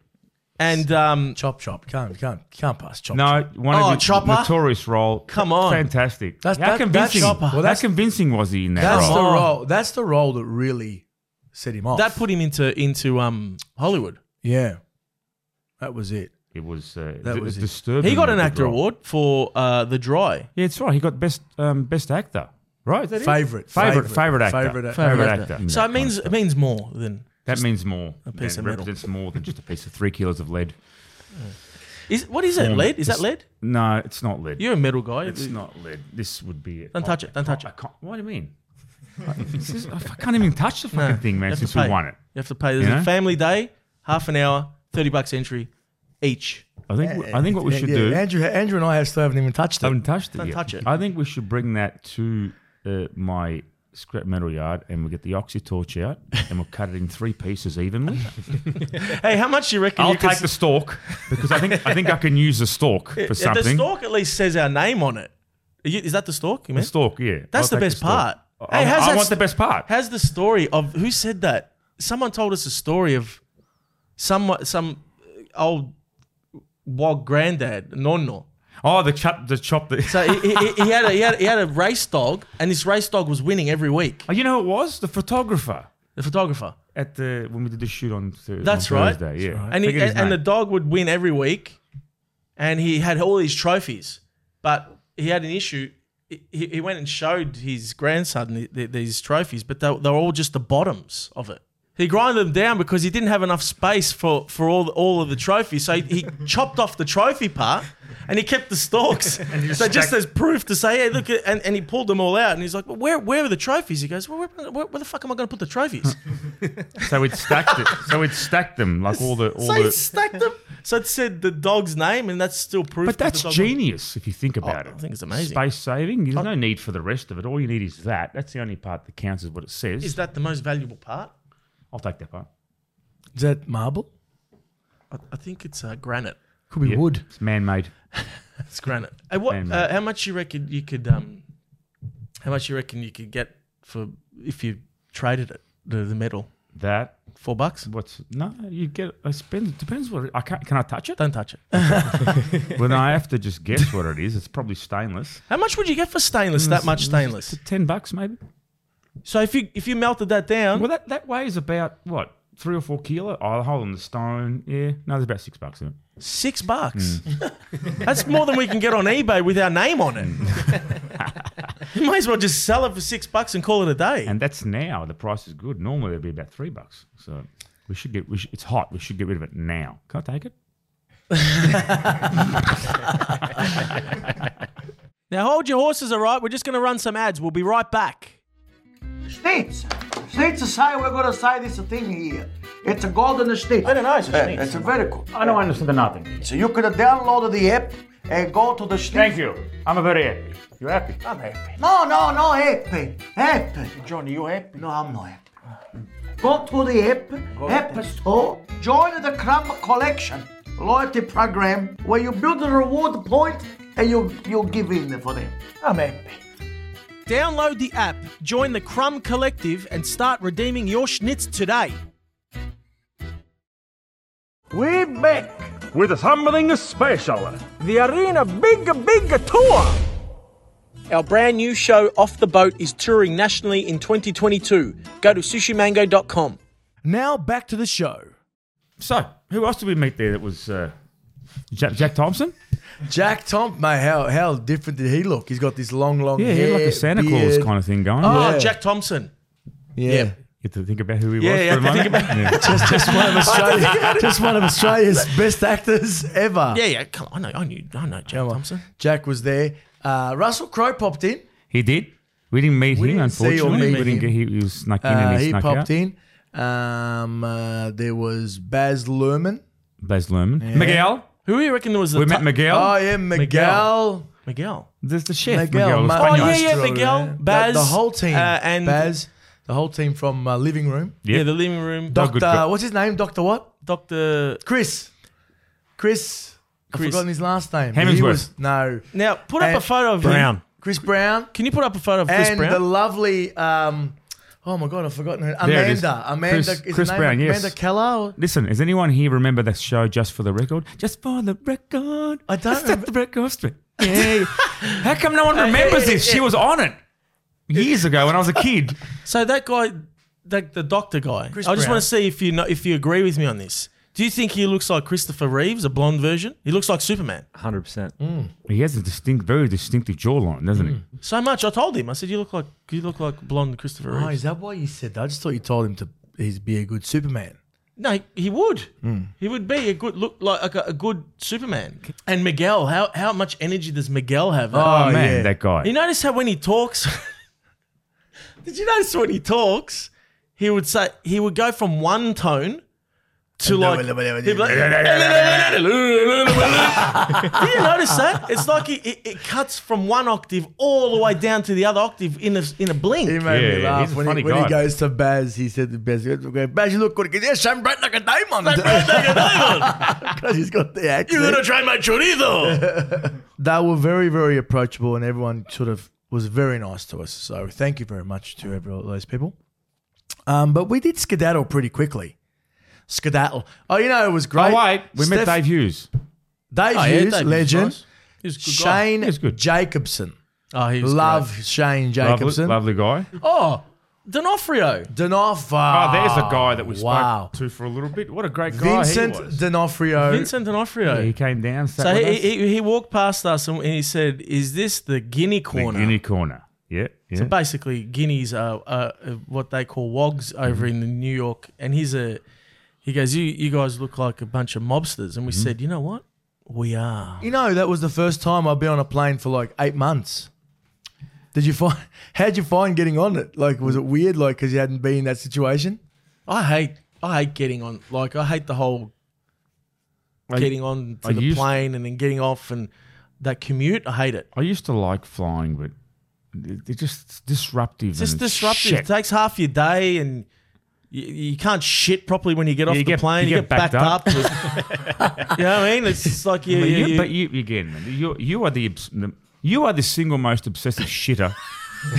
Speaker 3: and um,
Speaker 1: Chop chop. Can't can't can't pass chop. chop.
Speaker 2: No, one
Speaker 3: Oh,
Speaker 2: of the
Speaker 3: Chopper?
Speaker 2: notorious role.
Speaker 3: Come on.
Speaker 2: fantastic.
Speaker 1: That's-
Speaker 2: how
Speaker 1: that- that's
Speaker 2: convincing.
Speaker 1: Chopper. Well,
Speaker 2: how
Speaker 1: that's-
Speaker 2: convincing was he in that
Speaker 1: That's
Speaker 2: role?
Speaker 1: the
Speaker 3: Oh.
Speaker 1: role. That's the role that really set him off.
Speaker 3: that put him into into um, Hollywood.
Speaker 1: yeah, that was it.
Speaker 2: It was, uh,
Speaker 1: That
Speaker 2: d-
Speaker 1: was it.
Speaker 2: disturbing.
Speaker 3: He got an
Speaker 2: the
Speaker 3: actor
Speaker 2: role.
Speaker 3: award for uh, The Dry.
Speaker 2: Yeah, it's right. He got best um, best actor. Right. Is that it?
Speaker 1: Favorite,
Speaker 2: Favorite. Favorite actor.
Speaker 1: Favorite actor.
Speaker 2: Favorite actor. in
Speaker 3: So
Speaker 2: that
Speaker 3: it means it
Speaker 2: concept.
Speaker 3: means more than
Speaker 2: that means more. A
Speaker 3: piece
Speaker 2: it
Speaker 3: of metal.
Speaker 2: represents more than just a piece of three kilos of lead.
Speaker 3: is what is it?
Speaker 2: Form.
Speaker 3: Lead? Is that
Speaker 2: It's-
Speaker 3: lead?
Speaker 2: No, it's not lead.
Speaker 3: You're a metal guy.
Speaker 2: it's not lead. This would be it.
Speaker 3: Don't touch it, don't touch it.
Speaker 2: What do you mean? It's just- I can't even touch the fucking thing,
Speaker 3: You
Speaker 2: man.
Speaker 3: have to
Speaker 2: Since we
Speaker 3: pay.
Speaker 2: won it,
Speaker 3: You have to pay. There's
Speaker 2: You
Speaker 3: a
Speaker 2: know?
Speaker 3: family day, half an hour, thirty bucks entry each.
Speaker 2: I think I think what we
Speaker 1: Yeah,
Speaker 2: should
Speaker 1: yeah.
Speaker 2: do.
Speaker 1: Andrew, Andrew and I still haven't even touched it.
Speaker 2: haven't touched it
Speaker 3: Don't
Speaker 2: yet.
Speaker 3: touch it.
Speaker 2: I think we should bring that to uh, my scrap metal yard and we'll get the oxy torch out and we'll cut it in three pieces evenly.
Speaker 3: Hey, how much do you reckon?
Speaker 2: I'll
Speaker 3: you could
Speaker 2: take
Speaker 3: s-
Speaker 2: the stalk because I think I think I can use the stalk
Speaker 3: Yeah,
Speaker 2: for
Speaker 3: The
Speaker 2: something.
Speaker 3: stalk at least says our name on it. Are you- Is that the stalk? You
Speaker 2: The
Speaker 3: mean?
Speaker 2: stalk, yeah.
Speaker 3: That's
Speaker 2: I'll
Speaker 3: the
Speaker 2: take
Speaker 3: best
Speaker 2: stalk.
Speaker 3: part.
Speaker 2: I,
Speaker 3: Hey, how's
Speaker 2: I
Speaker 3: that
Speaker 2: want
Speaker 3: st-
Speaker 2: the best part.
Speaker 3: How's the story of who said that? Someone told us a story of some some old wog granddad nonno.
Speaker 2: Oh, the chop, the chop. The,
Speaker 3: So he, he, he had a, he had he had a race dog, and this race dog was winning every week.
Speaker 2: oh, you know who it was the photographer
Speaker 3: The photographer,
Speaker 2: at the when we did the shoot on, th-
Speaker 3: That's
Speaker 2: on
Speaker 3: right.
Speaker 2: Thursday. Yeah,
Speaker 3: and he,
Speaker 2: Forget his
Speaker 3: and, and the
Speaker 2: name.
Speaker 3: dog would win every week, and he had all these trophies, but he had an issue. He, he he went and showed his grandson the, the, these trophies, but they, they were all just the bottoms of it. He grinded them down because he didn't have enough space for, for all all of the trophies. So he, he chopped off the trophy part, and he kept the stalks. so just
Speaker 2: stacked-
Speaker 3: as proof to say, hey, look, at, and, and he pulled them all out, and he's like, well, where where are the trophies? He goes, well, where, where, where the fuck am I going to put the trophies?
Speaker 2: so we'd stacked it. So we'd stacked them like all the all
Speaker 3: so he
Speaker 2: the.
Speaker 3: stacked them. So it said the dog's name, and that's still proof.
Speaker 2: But
Speaker 3: that
Speaker 2: that's
Speaker 3: the dog-
Speaker 2: genius if you think about
Speaker 3: Oh, I
Speaker 2: it.
Speaker 3: think it's amazing. Oh.
Speaker 2: Space saving. There's no need for the rest of it. All you need is that. That's the only part that counts is what it says.
Speaker 3: Is that the most valuable part?
Speaker 2: I'll take that part.
Speaker 1: Is that marble?
Speaker 3: I, I think it's uh, granite.
Speaker 1: Could be
Speaker 2: Yeah.
Speaker 1: wood.
Speaker 2: It's man-made.
Speaker 3: It's granite. Hey, what?
Speaker 2: Man,
Speaker 3: uh,
Speaker 2: mate.
Speaker 3: how much you reckon you could? Um, how much you reckon you could get for if you traded it the, the metal?
Speaker 2: That
Speaker 3: Four bucks.
Speaker 2: what's no? You get. I spend. Depends what. It, I can't. Can I touch it?
Speaker 3: Don't touch it.
Speaker 2: when I have to just guess what it is, it's probably stainless.
Speaker 3: How much would you get for stainless? That much stainless.
Speaker 2: Ten bucks maybe.
Speaker 3: So if you if you melted that down,
Speaker 2: Well, that that weighs about what three or four kilo. Oh, the hole in the stone. Yeah. No, there's about six bucks in it.
Speaker 3: six bucks.
Speaker 2: Hmm.
Speaker 3: That's more than we can get on eBay with our name on it. you might as well just sell it for six bucks and call it a day.
Speaker 2: And that's now. The price is good. Normally it'd be about three bucks. So we should get. We should, it's hot. We should get rid of it now. Can I take it?
Speaker 3: Now hold your horses, all right? We're just going to run some ads. We'll be right back.
Speaker 5: States. States is how we're gonna sign this thing here. It's a golden state. I don't know, it's a state. It's a very cool.
Speaker 2: I don't understand nothing.
Speaker 5: So you could download the app and go to the state.
Speaker 2: you. I'm very happy. You happy? I'm happy.
Speaker 5: No, no, no, app. App.
Speaker 4: Johnny, you happy?
Speaker 5: No, I'm not app. Go to the app, app store, join the Crumb Collection loyalty program where you build a reward point and you you give in for them. I'm happy.
Speaker 3: Download the app, join the Crumb Collective, and start redeeming your schnitz today.
Speaker 5: We're back.
Speaker 6: with something special.
Speaker 5: The arena bigger, bigger tour.
Speaker 3: Our brand new show, Off the Boat, is touring nationally in 2022. Go to sushimango.com.
Speaker 1: Now back to the show.
Speaker 2: So, who else did we meet there that was uh, Jack, Jack Thompson?
Speaker 1: Jack Tom, mate, how how different did he look? He's got this long, long
Speaker 2: Yeah, he
Speaker 1: hair,
Speaker 2: had like a Santa Claus
Speaker 1: beard.
Speaker 2: kind of thing going.
Speaker 3: Oh,
Speaker 1: Yeah.
Speaker 3: Jack Thompson.
Speaker 1: Yeah,
Speaker 3: Yeah.
Speaker 2: You have to think about who he
Speaker 3: Yeah,
Speaker 2: was
Speaker 3: yeah,
Speaker 2: for a
Speaker 3: think
Speaker 2: moment. Yeah.
Speaker 1: just just one of Australia, just one of Australia's best actors ever.
Speaker 3: Yeah, yeah. Come on, I know, I knew, I know Jack Thompson.
Speaker 1: Jack was there. Uh, Russell Crowe popped in.
Speaker 2: He did. We didn't meet
Speaker 1: We
Speaker 2: him,
Speaker 1: didn't see or
Speaker 2: unfortunately.
Speaker 1: meet
Speaker 2: we didn't
Speaker 1: him.
Speaker 2: get he, he was snuck in
Speaker 1: Uh,
Speaker 2: and he,
Speaker 1: he
Speaker 2: snuck
Speaker 1: popped
Speaker 2: out.
Speaker 1: in. Um, uh, there was Baz Luhrmann.
Speaker 2: Baz Luhrmann. Miguel.
Speaker 3: Who do you reckon was the
Speaker 2: We
Speaker 3: tou-
Speaker 2: met Miguel.
Speaker 1: Oh yeah, Miguel.
Speaker 3: Miguel.
Speaker 2: There's the chef.
Speaker 1: Miguel.
Speaker 2: Miguel
Speaker 1: Ma-
Speaker 3: Oh,
Speaker 2: Espanol.
Speaker 3: yeah, yeah,
Speaker 1: Maestro,
Speaker 3: Miguel,
Speaker 1: The-
Speaker 3: Baz,
Speaker 1: the, whole team,
Speaker 3: uh, and-
Speaker 1: Baz, the whole team from uh, living room.
Speaker 2: Yeah.
Speaker 3: Yeah, the living room.
Speaker 2: Doc- good
Speaker 1: Doctor,
Speaker 2: guy.
Speaker 1: what's his name? Doctor what?
Speaker 3: Doctor.
Speaker 1: Chris. Chris. I've
Speaker 3: Chris.
Speaker 1: forgotten his last name.
Speaker 2: Hemmingsworth.
Speaker 1: He was- no.
Speaker 3: Now put up
Speaker 1: And
Speaker 3: a photo of Him.
Speaker 4: Brown.
Speaker 1: Chris Brown
Speaker 3: Can you put up a photo of Chris
Speaker 1: and
Speaker 3: Brown?
Speaker 1: the lovely. Um, oh my God, I've forgotten her.
Speaker 2: There it is.
Speaker 1: Amanda. Amanda.
Speaker 2: Chris-
Speaker 1: is her
Speaker 2: Chris
Speaker 1: name
Speaker 2: Brown, yes.
Speaker 1: Amanda Keller. or-
Speaker 2: Listen, is anyone here remember the show Just for the Record? Just for the record.
Speaker 1: I don't
Speaker 2: Let's set
Speaker 1: remember-
Speaker 2: the record straight. Yeah. How come no one remembers this? She was on it years ago when I was a kid.
Speaker 3: so that guy, that the doctor guy.
Speaker 1: Chris
Speaker 3: I just
Speaker 1: Brown.
Speaker 3: want to see if you know if you agree with me on this. Do you think he looks like Christopher Reeves, a blonde version? He looks like Superman.
Speaker 4: 100%.
Speaker 2: He has a distinct, very distinctive jawline, doesn't he?
Speaker 3: So much. I told him. I said, "You look like you look like blonde Christopher
Speaker 1: Oh,
Speaker 3: Reeves."
Speaker 1: is that why you said that? I just thought you told him to he's be a good Superman.
Speaker 3: No, he, he would. He would be a good look like, like a, a good Superman. And Miguel, how how much energy does Miguel have? Um,
Speaker 2: Oh,
Speaker 1: Oh,
Speaker 2: man,
Speaker 1: yeah.
Speaker 2: that guy.
Speaker 3: You notice how when he talks, did you notice when he talks, he would say he would go from one tone to like. he'd be like, Do you notice that? It's like it, it, it cuts from one octave all the way down to the other octave in a in a blink.
Speaker 1: He made
Speaker 2: Yeah,
Speaker 1: me
Speaker 2: yeah,
Speaker 1: laugh
Speaker 2: he's a
Speaker 1: when,
Speaker 2: funny
Speaker 1: he, when he
Speaker 2: guy.
Speaker 1: goes to Baz. He said to Baz, he goes, "Baz, you look good." He goes, "Yeah, Shane Brett like a diamond." Because he's got the accent.
Speaker 3: try my chorizo.
Speaker 1: they were very, very approachable, and everyone sort of was very nice to us. So thank you very much to every all those people. Um, but we did skedaddle pretty quickly. Skedaddle. Oh, you know it was great.
Speaker 2: Oh, wait. We met
Speaker 1: Steph-
Speaker 2: Dave Oh, Hughes.
Speaker 3: Oh,
Speaker 1: Dave Hughes, legend.
Speaker 3: He's a good guy.
Speaker 1: Shane
Speaker 2: He's good.
Speaker 1: Jacobson.
Speaker 3: Oh, he was
Speaker 1: Love
Speaker 2: Lovely,
Speaker 1: Shane Jacobson.
Speaker 2: lovely guy.
Speaker 3: Oh, D'Onofrio.
Speaker 1: D'Onofrio.
Speaker 2: Oh, there's the guy that we spoke
Speaker 1: Ah, Wow.
Speaker 2: to for a little bit. What a great guy
Speaker 1: Vincent
Speaker 2: he was.
Speaker 1: D'Onofrio.
Speaker 3: Vincent D'Onofrio.
Speaker 2: he came down. Sat
Speaker 3: so
Speaker 2: with
Speaker 3: he,
Speaker 2: us.
Speaker 3: he, he walked past us and he said, "Is this the Guinea corner?"
Speaker 2: The Guinea corner. Yeah. yeah.
Speaker 3: Basically, guineas are, are uh, what they call wogs over in New York. And he's a he goes, "You you guys look like a bunch of mobsters." And we said, "You know what? We are."
Speaker 1: You know, that was the first time I've been on a plane for like eight months. Did you find? How'd you find getting on it? Like, was it weird? Like, because you hadn't been in that situation.
Speaker 3: I hate I hate getting on. Like I hate the whole getting on to
Speaker 2: I
Speaker 3: the
Speaker 2: used-
Speaker 3: plane and then getting off and that commute. I hate it.
Speaker 2: I used to like flying, but it- it's just disruptive.
Speaker 3: It's just
Speaker 2: and it's
Speaker 3: disruptive.
Speaker 2: shit.
Speaker 3: It takes half your day and. You, you can't shit properly when you get off
Speaker 2: you
Speaker 3: the
Speaker 2: get-
Speaker 3: plane.
Speaker 2: you
Speaker 3: You,
Speaker 2: get
Speaker 3: get, backed,
Speaker 2: backed
Speaker 3: up. you know what I mean? It's just like you.
Speaker 2: But
Speaker 3: you,
Speaker 2: you,
Speaker 3: you-
Speaker 2: but you again, man, you you are the obs- the- you are the single most obsessive shitter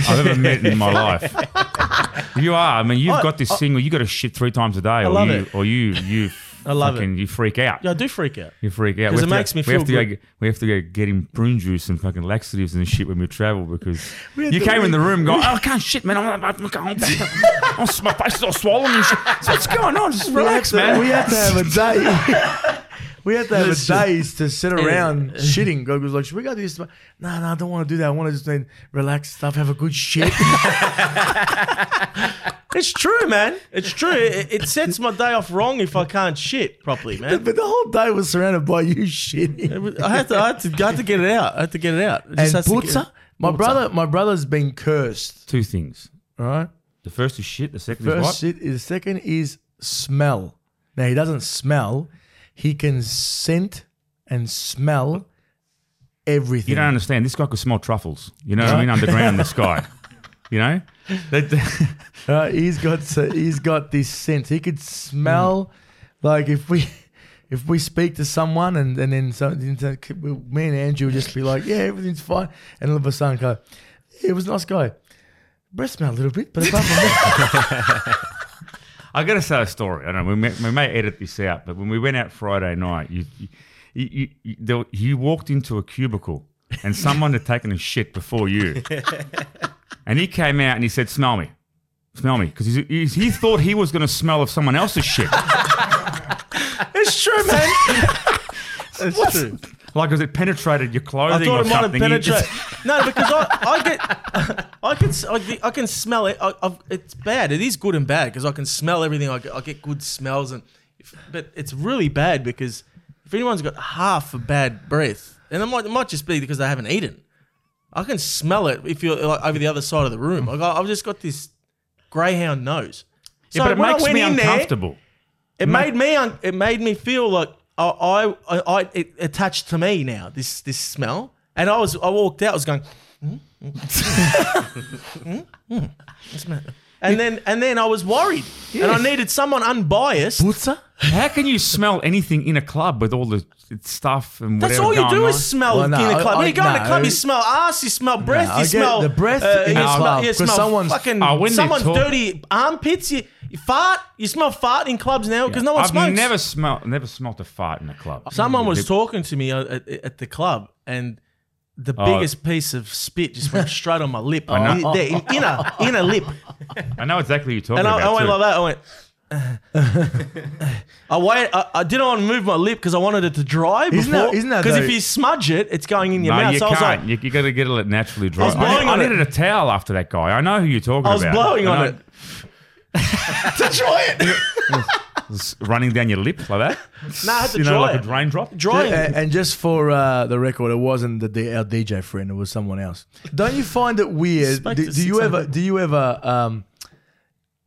Speaker 2: I've ever met in my life. You are. I mean, you've
Speaker 3: I-
Speaker 2: got this thing where you got to shit three times a day, or
Speaker 3: love
Speaker 2: you
Speaker 3: it.
Speaker 2: or you you.
Speaker 3: I love
Speaker 2: fucking, You freak out.
Speaker 3: Yeah, I do freak out.
Speaker 2: You freak out.
Speaker 3: 'Cause
Speaker 2: We have
Speaker 3: it
Speaker 2: to
Speaker 3: makes
Speaker 2: go-
Speaker 3: me
Speaker 2: we have
Speaker 3: feel
Speaker 2: to
Speaker 3: good.
Speaker 2: Go, we have to go get him prune juice and fucking laxatives and shit when we travel because
Speaker 1: had
Speaker 2: you
Speaker 1: to-
Speaker 2: came in
Speaker 1: we-
Speaker 2: the room going, oh, I can't shit, man. I'm, I'm, I'm, I'm, my face is all swollen and shit. So what's going on? Just relax,
Speaker 1: we had to,
Speaker 2: man.
Speaker 1: We had to have a day. we had to have
Speaker 3: Listen.
Speaker 1: a days to sit around
Speaker 3: Yeah.
Speaker 1: shitting. God was like, should we go do this? No, no, I don't want to do that. I want to just then relax, stuff, have a good shit.
Speaker 3: It's true, man. It's true. It, it sets my day off wrong if I can't shit properly, man.
Speaker 1: but the whole day was surrounded by you shitting.
Speaker 3: It was- I had to, I had to, I had to get it out. I had to get it out. It just
Speaker 1: And
Speaker 3: has to get-
Speaker 1: Blitzer, my
Speaker 3: Blitzer.
Speaker 1: brother, my brother's been cursed.
Speaker 2: Two things.
Speaker 1: Right.
Speaker 2: The first is shit. The second is what?
Speaker 1: First shit is second is smell. Now he doesn't smell. He can scent and smell everything.
Speaker 2: You don't understand. This guy could smell truffles. You know what I mean? Underground in the sky. You know? That-
Speaker 1: Right, Uh, he's got so he's got this sense. He could smell like if we if we speak to someone and, and then so, then so- me and Andrew would just be like, Yeah, everything's fine and all of a sudden go, "Yeah, it was a nice guy. Breast smell a little bit, but apart from that
Speaker 2: I got to say a story. I don't know. We may, we may edit this out, but when we went out Friday night, you you, you, you, there, were- you walked into a cubicle and someone had taken a shit before you. and he came out and he said, Smell me. Smell me. Because he, he thought he was going to smell of someone else's shit.
Speaker 3: It's true, man. it's true.
Speaker 2: like, because it penetrated your
Speaker 3: I
Speaker 2: clothing
Speaker 3: thought
Speaker 2: or
Speaker 3: it might have
Speaker 2: something. You
Speaker 3: penetrated.
Speaker 2: just-
Speaker 3: No, because I, I get, I can, s- I, get- I can smell it. I, I've, it's bad. It is good and bad because I can smell everything. I get, I get good smells, and if, but it's really bad because if anyone's got half a bad breath, and it might, it might just be because they haven't eaten. I can smell it if you're like, over the other side of the room. Like, I, I've just got this greyhound nose. So
Speaker 2: but it
Speaker 3: when
Speaker 2: makes
Speaker 3: I went
Speaker 2: me
Speaker 3: in there,
Speaker 2: uncomfortable.
Speaker 3: it made me un- it made me feel like I, I, I, I it attached to me now this this smell and I was I walked out I was going "Mm, mm, mm, mm, this smell." and then and then I was worried and I needed someone unbiased
Speaker 2: How can you smell anything in a club with all the stuff and
Speaker 3: that's
Speaker 2: whatever
Speaker 3: all you
Speaker 2: going
Speaker 3: do
Speaker 2: on?
Speaker 3: is smell
Speaker 1: Well, no,
Speaker 3: in the club when
Speaker 1: I-
Speaker 3: you go in the
Speaker 1: no.
Speaker 3: club you smell ass you smell breath
Speaker 1: No,
Speaker 3: you
Speaker 1: I get
Speaker 3: smell uh,
Speaker 1: the breath in
Speaker 3: you
Speaker 1: the club,
Speaker 3: you
Speaker 1: 'cause someone's-
Speaker 3: fucking
Speaker 2: Oh, when they
Speaker 3: someone's
Speaker 2: talk-
Speaker 3: dirty armpits you, you fart you smell fart in clubs now because no one
Speaker 2: I've
Speaker 3: smokes
Speaker 2: never smelled, never smelled a fart in a club.
Speaker 3: Someone was
Speaker 2: It-
Speaker 3: talking to me uh, at, at the club, and the
Speaker 2: Oh.
Speaker 3: biggest piece of spit just went straight on my lip.
Speaker 2: know.
Speaker 3: in- there, in- inner, inner lip.
Speaker 2: I know exactly who you're talking
Speaker 3: And I,
Speaker 2: about.
Speaker 3: I went
Speaker 2: too.
Speaker 3: like that. I went. uh, I wait. I, I didn't want to move my lip because I wanted it to dry
Speaker 1: Isn't that-
Speaker 3: before.
Speaker 1: isn't that
Speaker 3: Because
Speaker 1: though-
Speaker 3: if you smudge it, it's going in your
Speaker 2: No,
Speaker 3: mouth.
Speaker 2: you
Speaker 3: so
Speaker 2: can't.
Speaker 3: I was like,
Speaker 2: you, you got to get it naturally dry.
Speaker 3: was
Speaker 2: I,
Speaker 3: blowing
Speaker 2: I
Speaker 3: on
Speaker 2: needed a towel after that guy. I know who you're talking
Speaker 3: I
Speaker 2: about.
Speaker 3: was blowing
Speaker 2: And
Speaker 3: on
Speaker 2: I-
Speaker 3: it to dry it.
Speaker 2: was running down your lip like that.
Speaker 3: No, I had to
Speaker 2: you know,
Speaker 3: dry
Speaker 2: like
Speaker 3: it.
Speaker 2: a raindrop.
Speaker 3: dry it.
Speaker 1: And, and just for uh, the record, it wasn't the, D- our DJ friend; it was someone else. Don't you find it weird?
Speaker 3: Spoke
Speaker 1: Do,
Speaker 3: to
Speaker 1: do you
Speaker 3: 600
Speaker 1: ever?
Speaker 3: people.
Speaker 1: Do you ever? Um,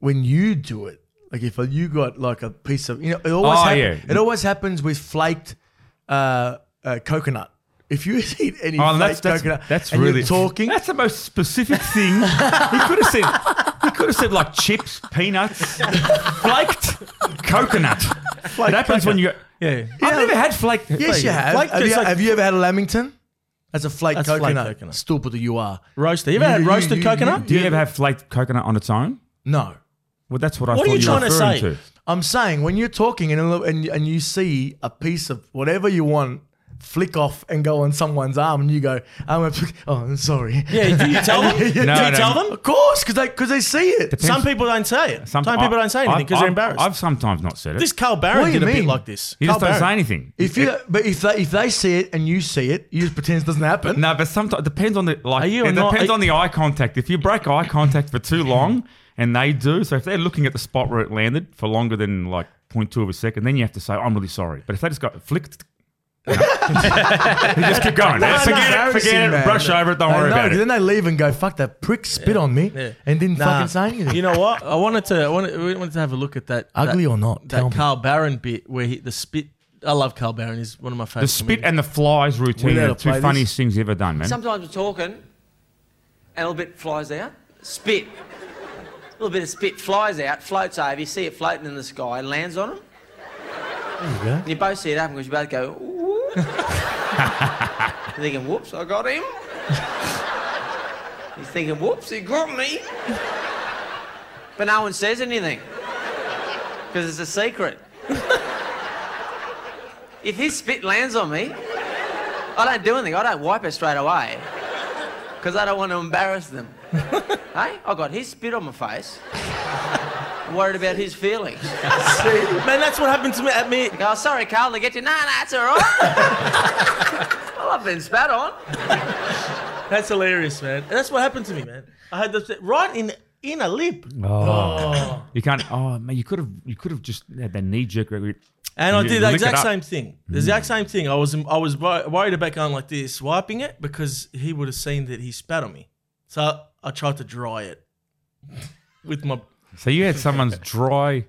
Speaker 1: when you do it, like if you got like a piece of, you know, it always
Speaker 2: Oh,
Speaker 1: happen-
Speaker 2: yeah.
Speaker 1: it always happens with flaked uh, uh, coconut. If you eat any
Speaker 2: Oh,
Speaker 1: flaked
Speaker 2: that's that's,
Speaker 1: coconut,
Speaker 2: that's
Speaker 1: and
Speaker 2: really
Speaker 1: you're talking.
Speaker 2: That's the most specific thing he could have said. He could have said like chips, peanuts, flaked coconut. it happens when you.
Speaker 3: yeah.
Speaker 2: I've never had flaked.
Speaker 1: yes, you have.
Speaker 3: Flaked
Speaker 1: have,
Speaker 3: is
Speaker 1: you,
Speaker 3: like-
Speaker 1: have you ever had a lamington? That's a flaked
Speaker 3: That's flaked
Speaker 1: coconut.
Speaker 3: coconut.
Speaker 1: Stupid that you are.
Speaker 3: Roasted. You ever had
Speaker 1: you-
Speaker 3: roasted
Speaker 1: you-
Speaker 3: coconut?
Speaker 2: Do you ever have flaked coconut on its own?
Speaker 1: No.
Speaker 2: Well, that's what I
Speaker 3: What are
Speaker 2: thought
Speaker 3: you
Speaker 2: were
Speaker 3: trying to
Speaker 2: referring
Speaker 3: say?
Speaker 2: to.
Speaker 1: I'm saying when you're talking and a little- and and you see a piece of whatever you want flick off and go on someone's arm and you go, I'm a, oh, I'm sorry.
Speaker 3: yeah. Do you tell them? do you
Speaker 2: No, no.
Speaker 3: tell them?
Speaker 1: Of course, because they because they see it.
Speaker 3: Some people don't say it. Some, people don't say anything because
Speaker 2: I've-
Speaker 3: they're embarrassed.
Speaker 2: I've sometimes not said it.
Speaker 3: This Carl
Speaker 1: What
Speaker 3: Barron
Speaker 1: do you
Speaker 3: did a bit
Speaker 1: mean?
Speaker 3: like this.
Speaker 2: you
Speaker 3: Carl
Speaker 2: just don't say
Speaker 3: Barron.
Speaker 2: anything.
Speaker 1: If you but if they if they see it and you see it, you just pretend it doesn't happen.
Speaker 2: No, but sometimes it depends on the like.
Speaker 3: Are you
Speaker 2: it
Speaker 3: or not-
Speaker 2: depends
Speaker 3: are-
Speaker 2: on the eye contact. If you break eye contact for too long, and they do, so if they're looking at the spot where it landed for longer than like 0.2 of a second, then you have to say, "I'm really sorry." But if they just got flicked, no. you just keep going. forget it,
Speaker 1: Embarrassing,
Speaker 2: forget
Speaker 1: man.
Speaker 2: it, brush over it. Don't
Speaker 1: They
Speaker 2: worry
Speaker 1: know,
Speaker 2: about it.
Speaker 1: Then they leave and go, "Fuck that prick, spit on me,"
Speaker 3: yeah.
Speaker 1: and didn't
Speaker 3: Nah.
Speaker 1: fucking say anything.
Speaker 3: You know what? I wanted to. I wanted, we wanted to have a look at that.
Speaker 1: Ugly
Speaker 3: that,
Speaker 1: or not,
Speaker 3: That
Speaker 1: tell me.
Speaker 3: Carl Barron bit where he, the spit. I love Carl Barron. He's one of my favorite.
Speaker 2: The spit and the flies routine
Speaker 1: We
Speaker 2: are the
Speaker 1: gotta play
Speaker 2: two
Speaker 1: this.
Speaker 2: funniest things you've ever done, man.
Speaker 7: Sometimes we're talking, and a little bit flies out, spit. A little bit of spit flies out, floats over. You see it floating in the sky, lands on him.
Speaker 1: go.
Speaker 7: And you both see it happen because you both go, ooh. You're thinking, whoops, I got him. He's thinking, whoops, he got me. But no one says anything because it's a secret. if his spit lands on me, I don't do anything. I don't wipe it straight away because I don't want to embarrass them. hey, I got his spit on my face. I'm worried about his feelings.
Speaker 3: Man, that's what happened to me. At me,
Speaker 7: Go, sorry, Carl, to get you. No, no, it's all right. well, I've been spat on.
Speaker 3: that's hilarious, man. That's what happened to me, man. I had the right in inner lip,
Speaker 2: Oh. You can't. Oh man, you could have. You could have just had that knee jerk.
Speaker 3: and I
Speaker 2: You
Speaker 3: did the
Speaker 2: lick it
Speaker 3: exact
Speaker 2: up. Mm.
Speaker 3: same thing. The exact same thing. I was I was wor- worried about going like this, wiping it because he would have seen that he spat on me. So I tried to dry it with my.
Speaker 2: So you had someone's dry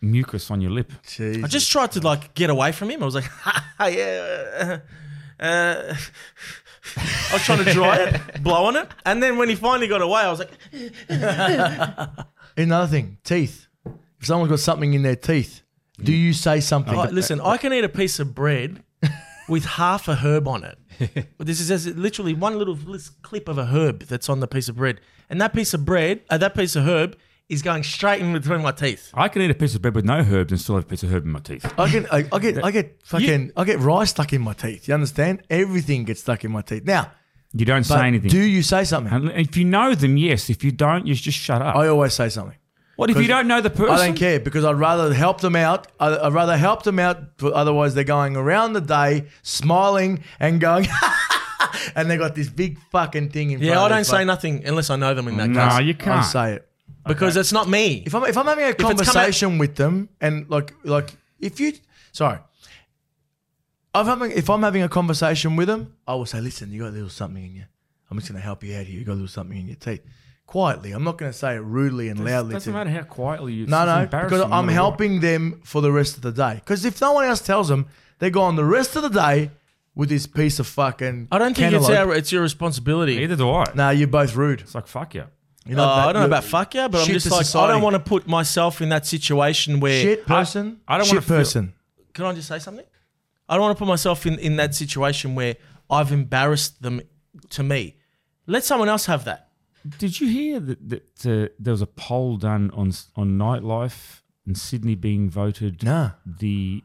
Speaker 2: mucus on your lip.
Speaker 1: Jeez.
Speaker 3: I just tried to like get away from him. I was like, ha, ha, yeah. uh, uh." I was trying to dry it, blowing it, and then when he finally got away, I was like,
Speaker 1: Another thing, teeth. If someone's got something in their teeth, do
Speaker 2: Mm.
Speaker 1: you say something?
Speaker 3: "All right, "Listen, I can eat a piece of bread with half a herb on it. But this is as literally one little lis- clip of a herb that's on the piece of bread, and that piece of bread, uh, that piece of herb, is going straight in between my teeth.
Speaker 2: I can eat a piece of bread with no herbs and still have a piece of herb in my teeth.
Speaker 1: I can, I, I get, I get fucking, I get rice stuck in my teeth. You understand? Everything gets stuck in my teeth. Now,
Speaker 2: You don't
Speaker 1: but
Speaker 2: say anything.
Speaker 1: do you say something?
Speaker 2: And if you know them, yes. If you don't, you just shut up.
Speaker 1: I always say something.
Speaker 2: what if you don't know the person?
Speaker 1: I don't care because I'd rather help them out. I- I'd rather help them out. but Otherwise, they're going around the day smiling and going, and they got this big fucking thing in
Speaker 3: Yeah, I
Speaker 1: front.
Speaker 3: don't say nothing unless I know them in that
Speaker 2: No,
Speaker 3: case
Speaker 2: you
Speaker 1: I
Speaker 2: can't.
Speaker 1: say it.
Speaker 3: because it's not me.
Speaker 1: if I'm if I'm having a
Speaker 3: come out-
Speaker 1: conversation with them and like like if you sorry, I'm having if I'm having a conversation with them, I will say, listen, you got a little something in you. I'm just gonna help you out here. You got a little something in your teeth. quietly. I'm not going to say it rudely and loudly.
Speaker 2: Doesn't
Speaker 1: to-
Speaker 2: matter how quietly you.
Speaker 1: no,
Speaker 2: it's
Speaker 1: no,
Speaker 2: embarrassing
Speaker 1: because
Speaker 2: no
Speaker 1: I'm
Speaker 2: matter what.
Speaker 1: helping them for the rest of the day. Because if no one else tells them, they're gone the rest of the day with this piece of fucking.
Speaker 3: I don't think it's
Speaker 1: cantaloupe.
Speaker 3: our, it's your responsibility.
Speaker 2: Neither do I.
Speaker 1: Nah, you're both rude.
Speaker 2: It's like fuck you.
Speaker 1: You're
Speaker 3: Uh,
Speaker 1: not that-
Speaker 3: I don't know
Speaker 1: you're-
Speaker 3: about fuck yeah, but I'm
Speaker 1: Shit
Speaker 3: just
Speaker 1: to
Speaker 3: like I
Speaker 1: society.
Speaker 3: don't want to put myself in that situation where.
Speaker 1: shit person.
Speaker 2: I don't
Speaker 1: shit
Speaker 2: wanna feel-
Speaker 1: person.
Speaker 3: Can I just say something? I don't want to put myself in in that situation where I've embarrassed them to me. Let someone else have that.
Speaker 2: Did you hear that, that uh, there was a poll done on s- on nightlife and Sydney being voted
Speaker 1: Nah.
Speaker 2: the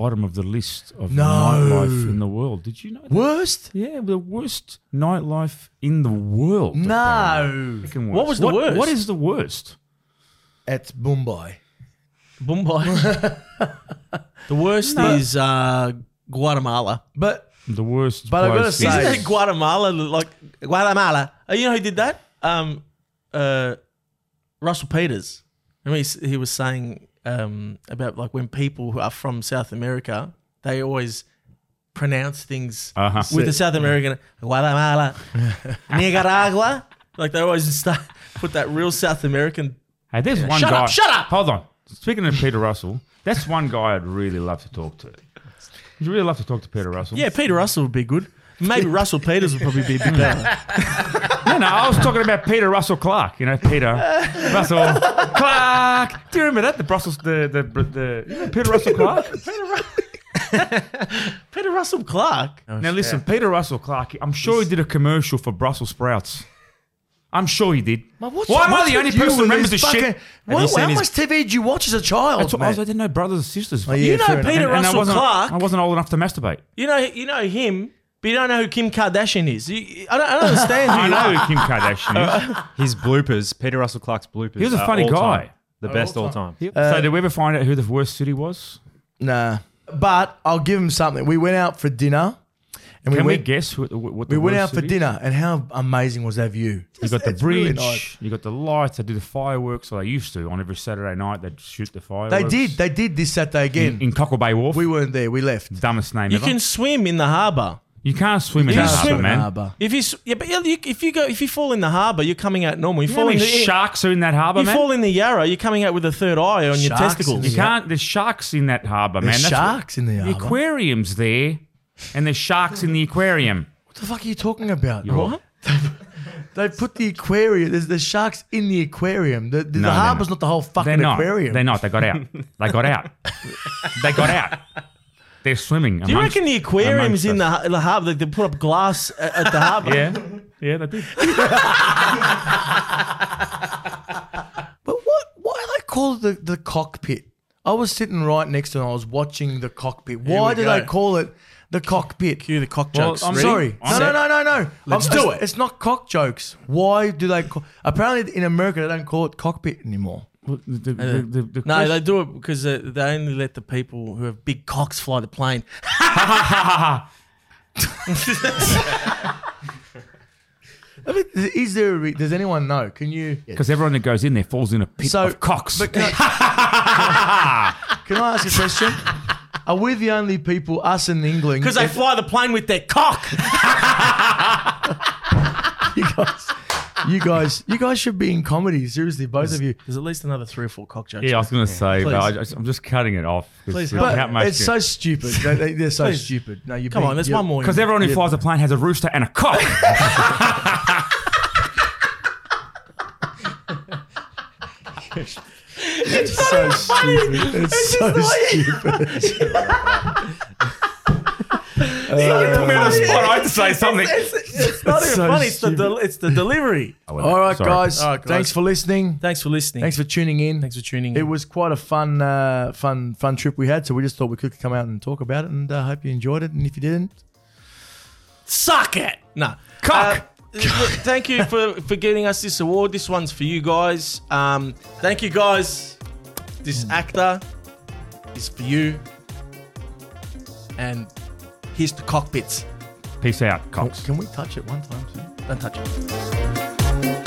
Speaker 2: bottom of the list of
Speaker 1: No.
Speaker 2: nightlife in the world? Did you know? That?
Speaker 1: Worst?
Speaker 2: Yeah, the worst nightlife in the world. apparently.
Speaker 1: No.
Speaker 2: Fucking
Speaker 3: What
Speaker 2: worst.
Speaker 3: was the worst?
Speaker 2: What is the worst?
Speaker 1: It's Mumbai.
Speaker 3: Mumbai. the worst is uh, Guatemala.
Speaker 1: But
Speaker 2: The worst.
Speaker 1: But I gotta
Speaker 2: place
Speaker 1: say-
Speaker 2: is-
Speaker 3: Isn't
Speaker 1: Nice.
Speaker 3: that Guatemala? Like Guatemala. Uh, you know who did that? Um, uh, Russell Peters. Remember he, s- he was saying um, about like when people who are from South America, they always pronounce things
Speaker 2: Uh-huh.
Speaker 3: with the South American Guatemala, Nicaragua. Like they always just start, put that real South American.
Speaker 2: Hey, there's one
Speaker 3: Shut
Speaker 2: guy.
Speaker 3: up, shut up!
Speaker 2: Hold on. Speaking of Peter Russell, that's one guy I'd really love to talk to. You'd really love to talk to Peter Russell.
Speaker 3: Yeah, Peter Russell would be good. Maybe Russell Peters would probably be a bit better.
Speaker 2: No, no, I was talking about Peter Russell Clark. You know, Peter Russell Clark. Do you remember that? The Brussels, the, the, the, you know Peter Russell Clark?
Speaker 3: Peter Russell Clark.
Speaker 2: Now listen, Peter Russell Clark. I'm sure he did a commercial for Brussels sprouts. I'm sure he did. Why am I the only person who remembers the shit? Have you
Speaker 1: What,
Speaker 2: seen
Speaker 1: how
Speaker 2: his-
Speaker 1: much TV did you watch as a child?
Speaker 2: That's what I, was, I
Speaker 1: man?
Speaker 2: didn't know brothers and sisters.
Speaker 1: Oh, yeah,
Speaker 3: You know
Speaker 1: fair enough.
Speaker 3: Peter
Speaker 2: I
Speaker 3: Russell
Speaker 2: wasn't-
Speaker 3: Clark.
Speaker 2: I wasn't old enough to masturbate.
Speaker 3: You know, you know him, but you don't know who Kim Kardashian is. You, I, don't, I don't understand.
Speaker 2: I know who Kim Kardashian. is.
Speaker 4: His bloopers, Peter Russell Clark's bloopers.
Speaker 2: He was a
Speaker 4: are
Speaker 2: funny
Speaker 4: all
Speaker 2: guy.
Speaker 4: time. The best all time.
Speaker 3: Uh,
Speaker 2: so did we ever find out who the worst city was?
Speaker 1: Nah. But I'll give him something. We went out for dinner and we
Speaker 2: Can we
Speaker 1: went,
Speaker 2: guess who, the- what the
Speaker 1: we went
Speaker 2: worst
Speaker 1: out for
Speaker 2: city-
Speaker 1: dinner and how amazing was that view?
Speaker 2: You got the
Speaker 1: It's really
Speaker 2: bridge.
Speaker 1: nice.
Speaker 2: You got the lights. They do the fireworks like they used to on every Saturday night. They'd shoot the fireworks.
Speaker 1: They did. They did this Saturday again.
Speaker 2: in, in Cockle Bay Wharf.
Speaker 1: we weren't there. We left.
Speaker 2: dumbest name
Speaker 3: You
Speaker 2: ever.
Speaker 3: can swim in the harbour.
Speaker 2: you can't swim in
Speaker 3: You
Speaker 2: that
Speaker 3: can't
Speaker 2: harbour,
Speaker 3: swim in
Speaker 2: man.
Speaker 1: Harbour.
Speaker 3: If you s- yeah, but yeah, you, if you go if you fall in the harbour, you're coming out normal. You
Speaker 2: You know
Speaker 3: fall
Speaker 2: how
Speaker 3: in
Speaker 2: many
Speaker 3: the
Speaker 2: sharks are in that harbour,
Speaker 3: you
Speaker 2: man?
Speaker 3: fall in the Yarra, you're coming out with a third eye on your
Speaker 1: Sharks
Speaker 2: You
Speaker 3: testicles.
Speaker 1: in Yeah.
Speaker 2: can't. There's sharks in that harbour, man.
Speaker 1: There's
Speaker 2: That's what-
Speaker 1: sharks in the
Speaker 2: The
Speaker 1: harbour.
Speaker 2: aquarium's there, and there's sharks in the aquarium.
Speaker 1: What the fuck are you talking about?
Speaker 2: What?
Speaker 1: They put the aquarium. There's the sharks in the aquarium. The, the,
Speaker 2: No,
Speaker 1: the
Speaker 2: they're
Speaker 1: harbor's
Speaker 2: not.
Speaker 1: not the whole
Speaker 2: They're
Speaker 1: fucking
Speaker 2: not.
Speaker 1: aquarium.
Speaker 2: They're not. They got out. They got out. they got out. They're swimming.
Speaker 3: Do you reckon the aquarium's in the, har- the harbour? Like they put up glass a- at the harbour.
Speaker 2: Yeah. Yeah, they did.
Speaker 1: But what? Why do they call it the, the cockpit? I was sitting right next to him. I was watching the cockpit. Why
Speaker 3: we
Speaker 1: do
Speaker 3: go.
Speaker 1: they call it the cockpit?
Speaker 3: Cue the cock
Speaker 2: Well,
Speaker 3: jokes.
Speaker 2: I'm
Speaker 1: I'm
Speaker 2: Ready?
Speaker 1: sorry. No,
Speaker 2: Set.
Speaker 1: no, no, no, no.
Speaker 3: Let's
Speaker 1: I'm-
Speaker 3: do
Speaker 1: it's-
Speaker 3: it.
Speaker 1: It's not cock jokes. Why do they? Call, apparently, in America, they don't call it cockpit anymore.
Speaker 2: Well, the-
Speaker 1: Uh,
Speaker 2: the- the- the- the
Speaker 3: No,
Speaker 2: question-
Speaker 3: they do it because they, they only let the people who have big cocks fly the plane.
Speaker 1: I mean, is there? A re- does anyone know? Can you?
Speaker 2: Because everyone that goes in there falls in a pit
Speaker 1: So-
Speaker 2: of cocks.
Speaker 1: But can, I, can I ask a question? Are we the only people, us in England?
Speaker 3: Because they fly the plane with their cock.
Speaker 1: you guys, you guys, you guys should be in comedy. Seriously, both of you.
Speaker 3: There's at least another three or four cock jokes.
Speaker 2: yeah, I was going to say, but
Speaker 1: Please.
Speaker 2: I just, I'm just cutting it off.
Speaker 3: Please help.
Speaker 1: But it's so stupid. They, they, they're so
Speaker 3: Please.
Speaker 1: stupid. No, you
Speaker 3: Come on, there's one more.
Speaker 2: Because everyone who
Speaker 1: Yeah.
Speaker 2: flies a plane has a rooster and a cock.
Speaker 1: It's so stupid. It's so stupid.
Speaker 2: Put me on the spot. I had to say something.
Speaker 3: It's not even
Speaker 1: so
Speaker 3: funny. It's the,
Speaker 1: stupid.
Speaker 3: del- it's the delivery.
Speaker 1: All right,
Speaker 2: Sorry.
Speaker 1: guys.
Speaker 3: All right, guys.
Speaker 1: Thanks for listening.
Speaker 3: Thanks for listening.
Speaker 1: Thanks for tuning in.
Speaker 3: Thanks for tuning
Speaker 1: It
Speaker 3: in.
Speaker 1: was quite a fun, uh, fun, fun trip we had. So we just thought we could come out and talk about it, and uh, hope you enjoyed it. And if you didn't,
Speaker 3: Suck it. No.
Speaker 2: Cock.
Speaker 3: Uh, look, thank you for, for getting us this award. This one's for you guys. Um, thank you guys. This actor is for you. And here's the cockpits.
Speaker 2: Peace out, cocks.
Speaker 1: can we touch it one time? Soon?
Speaker 3: Don't touch it.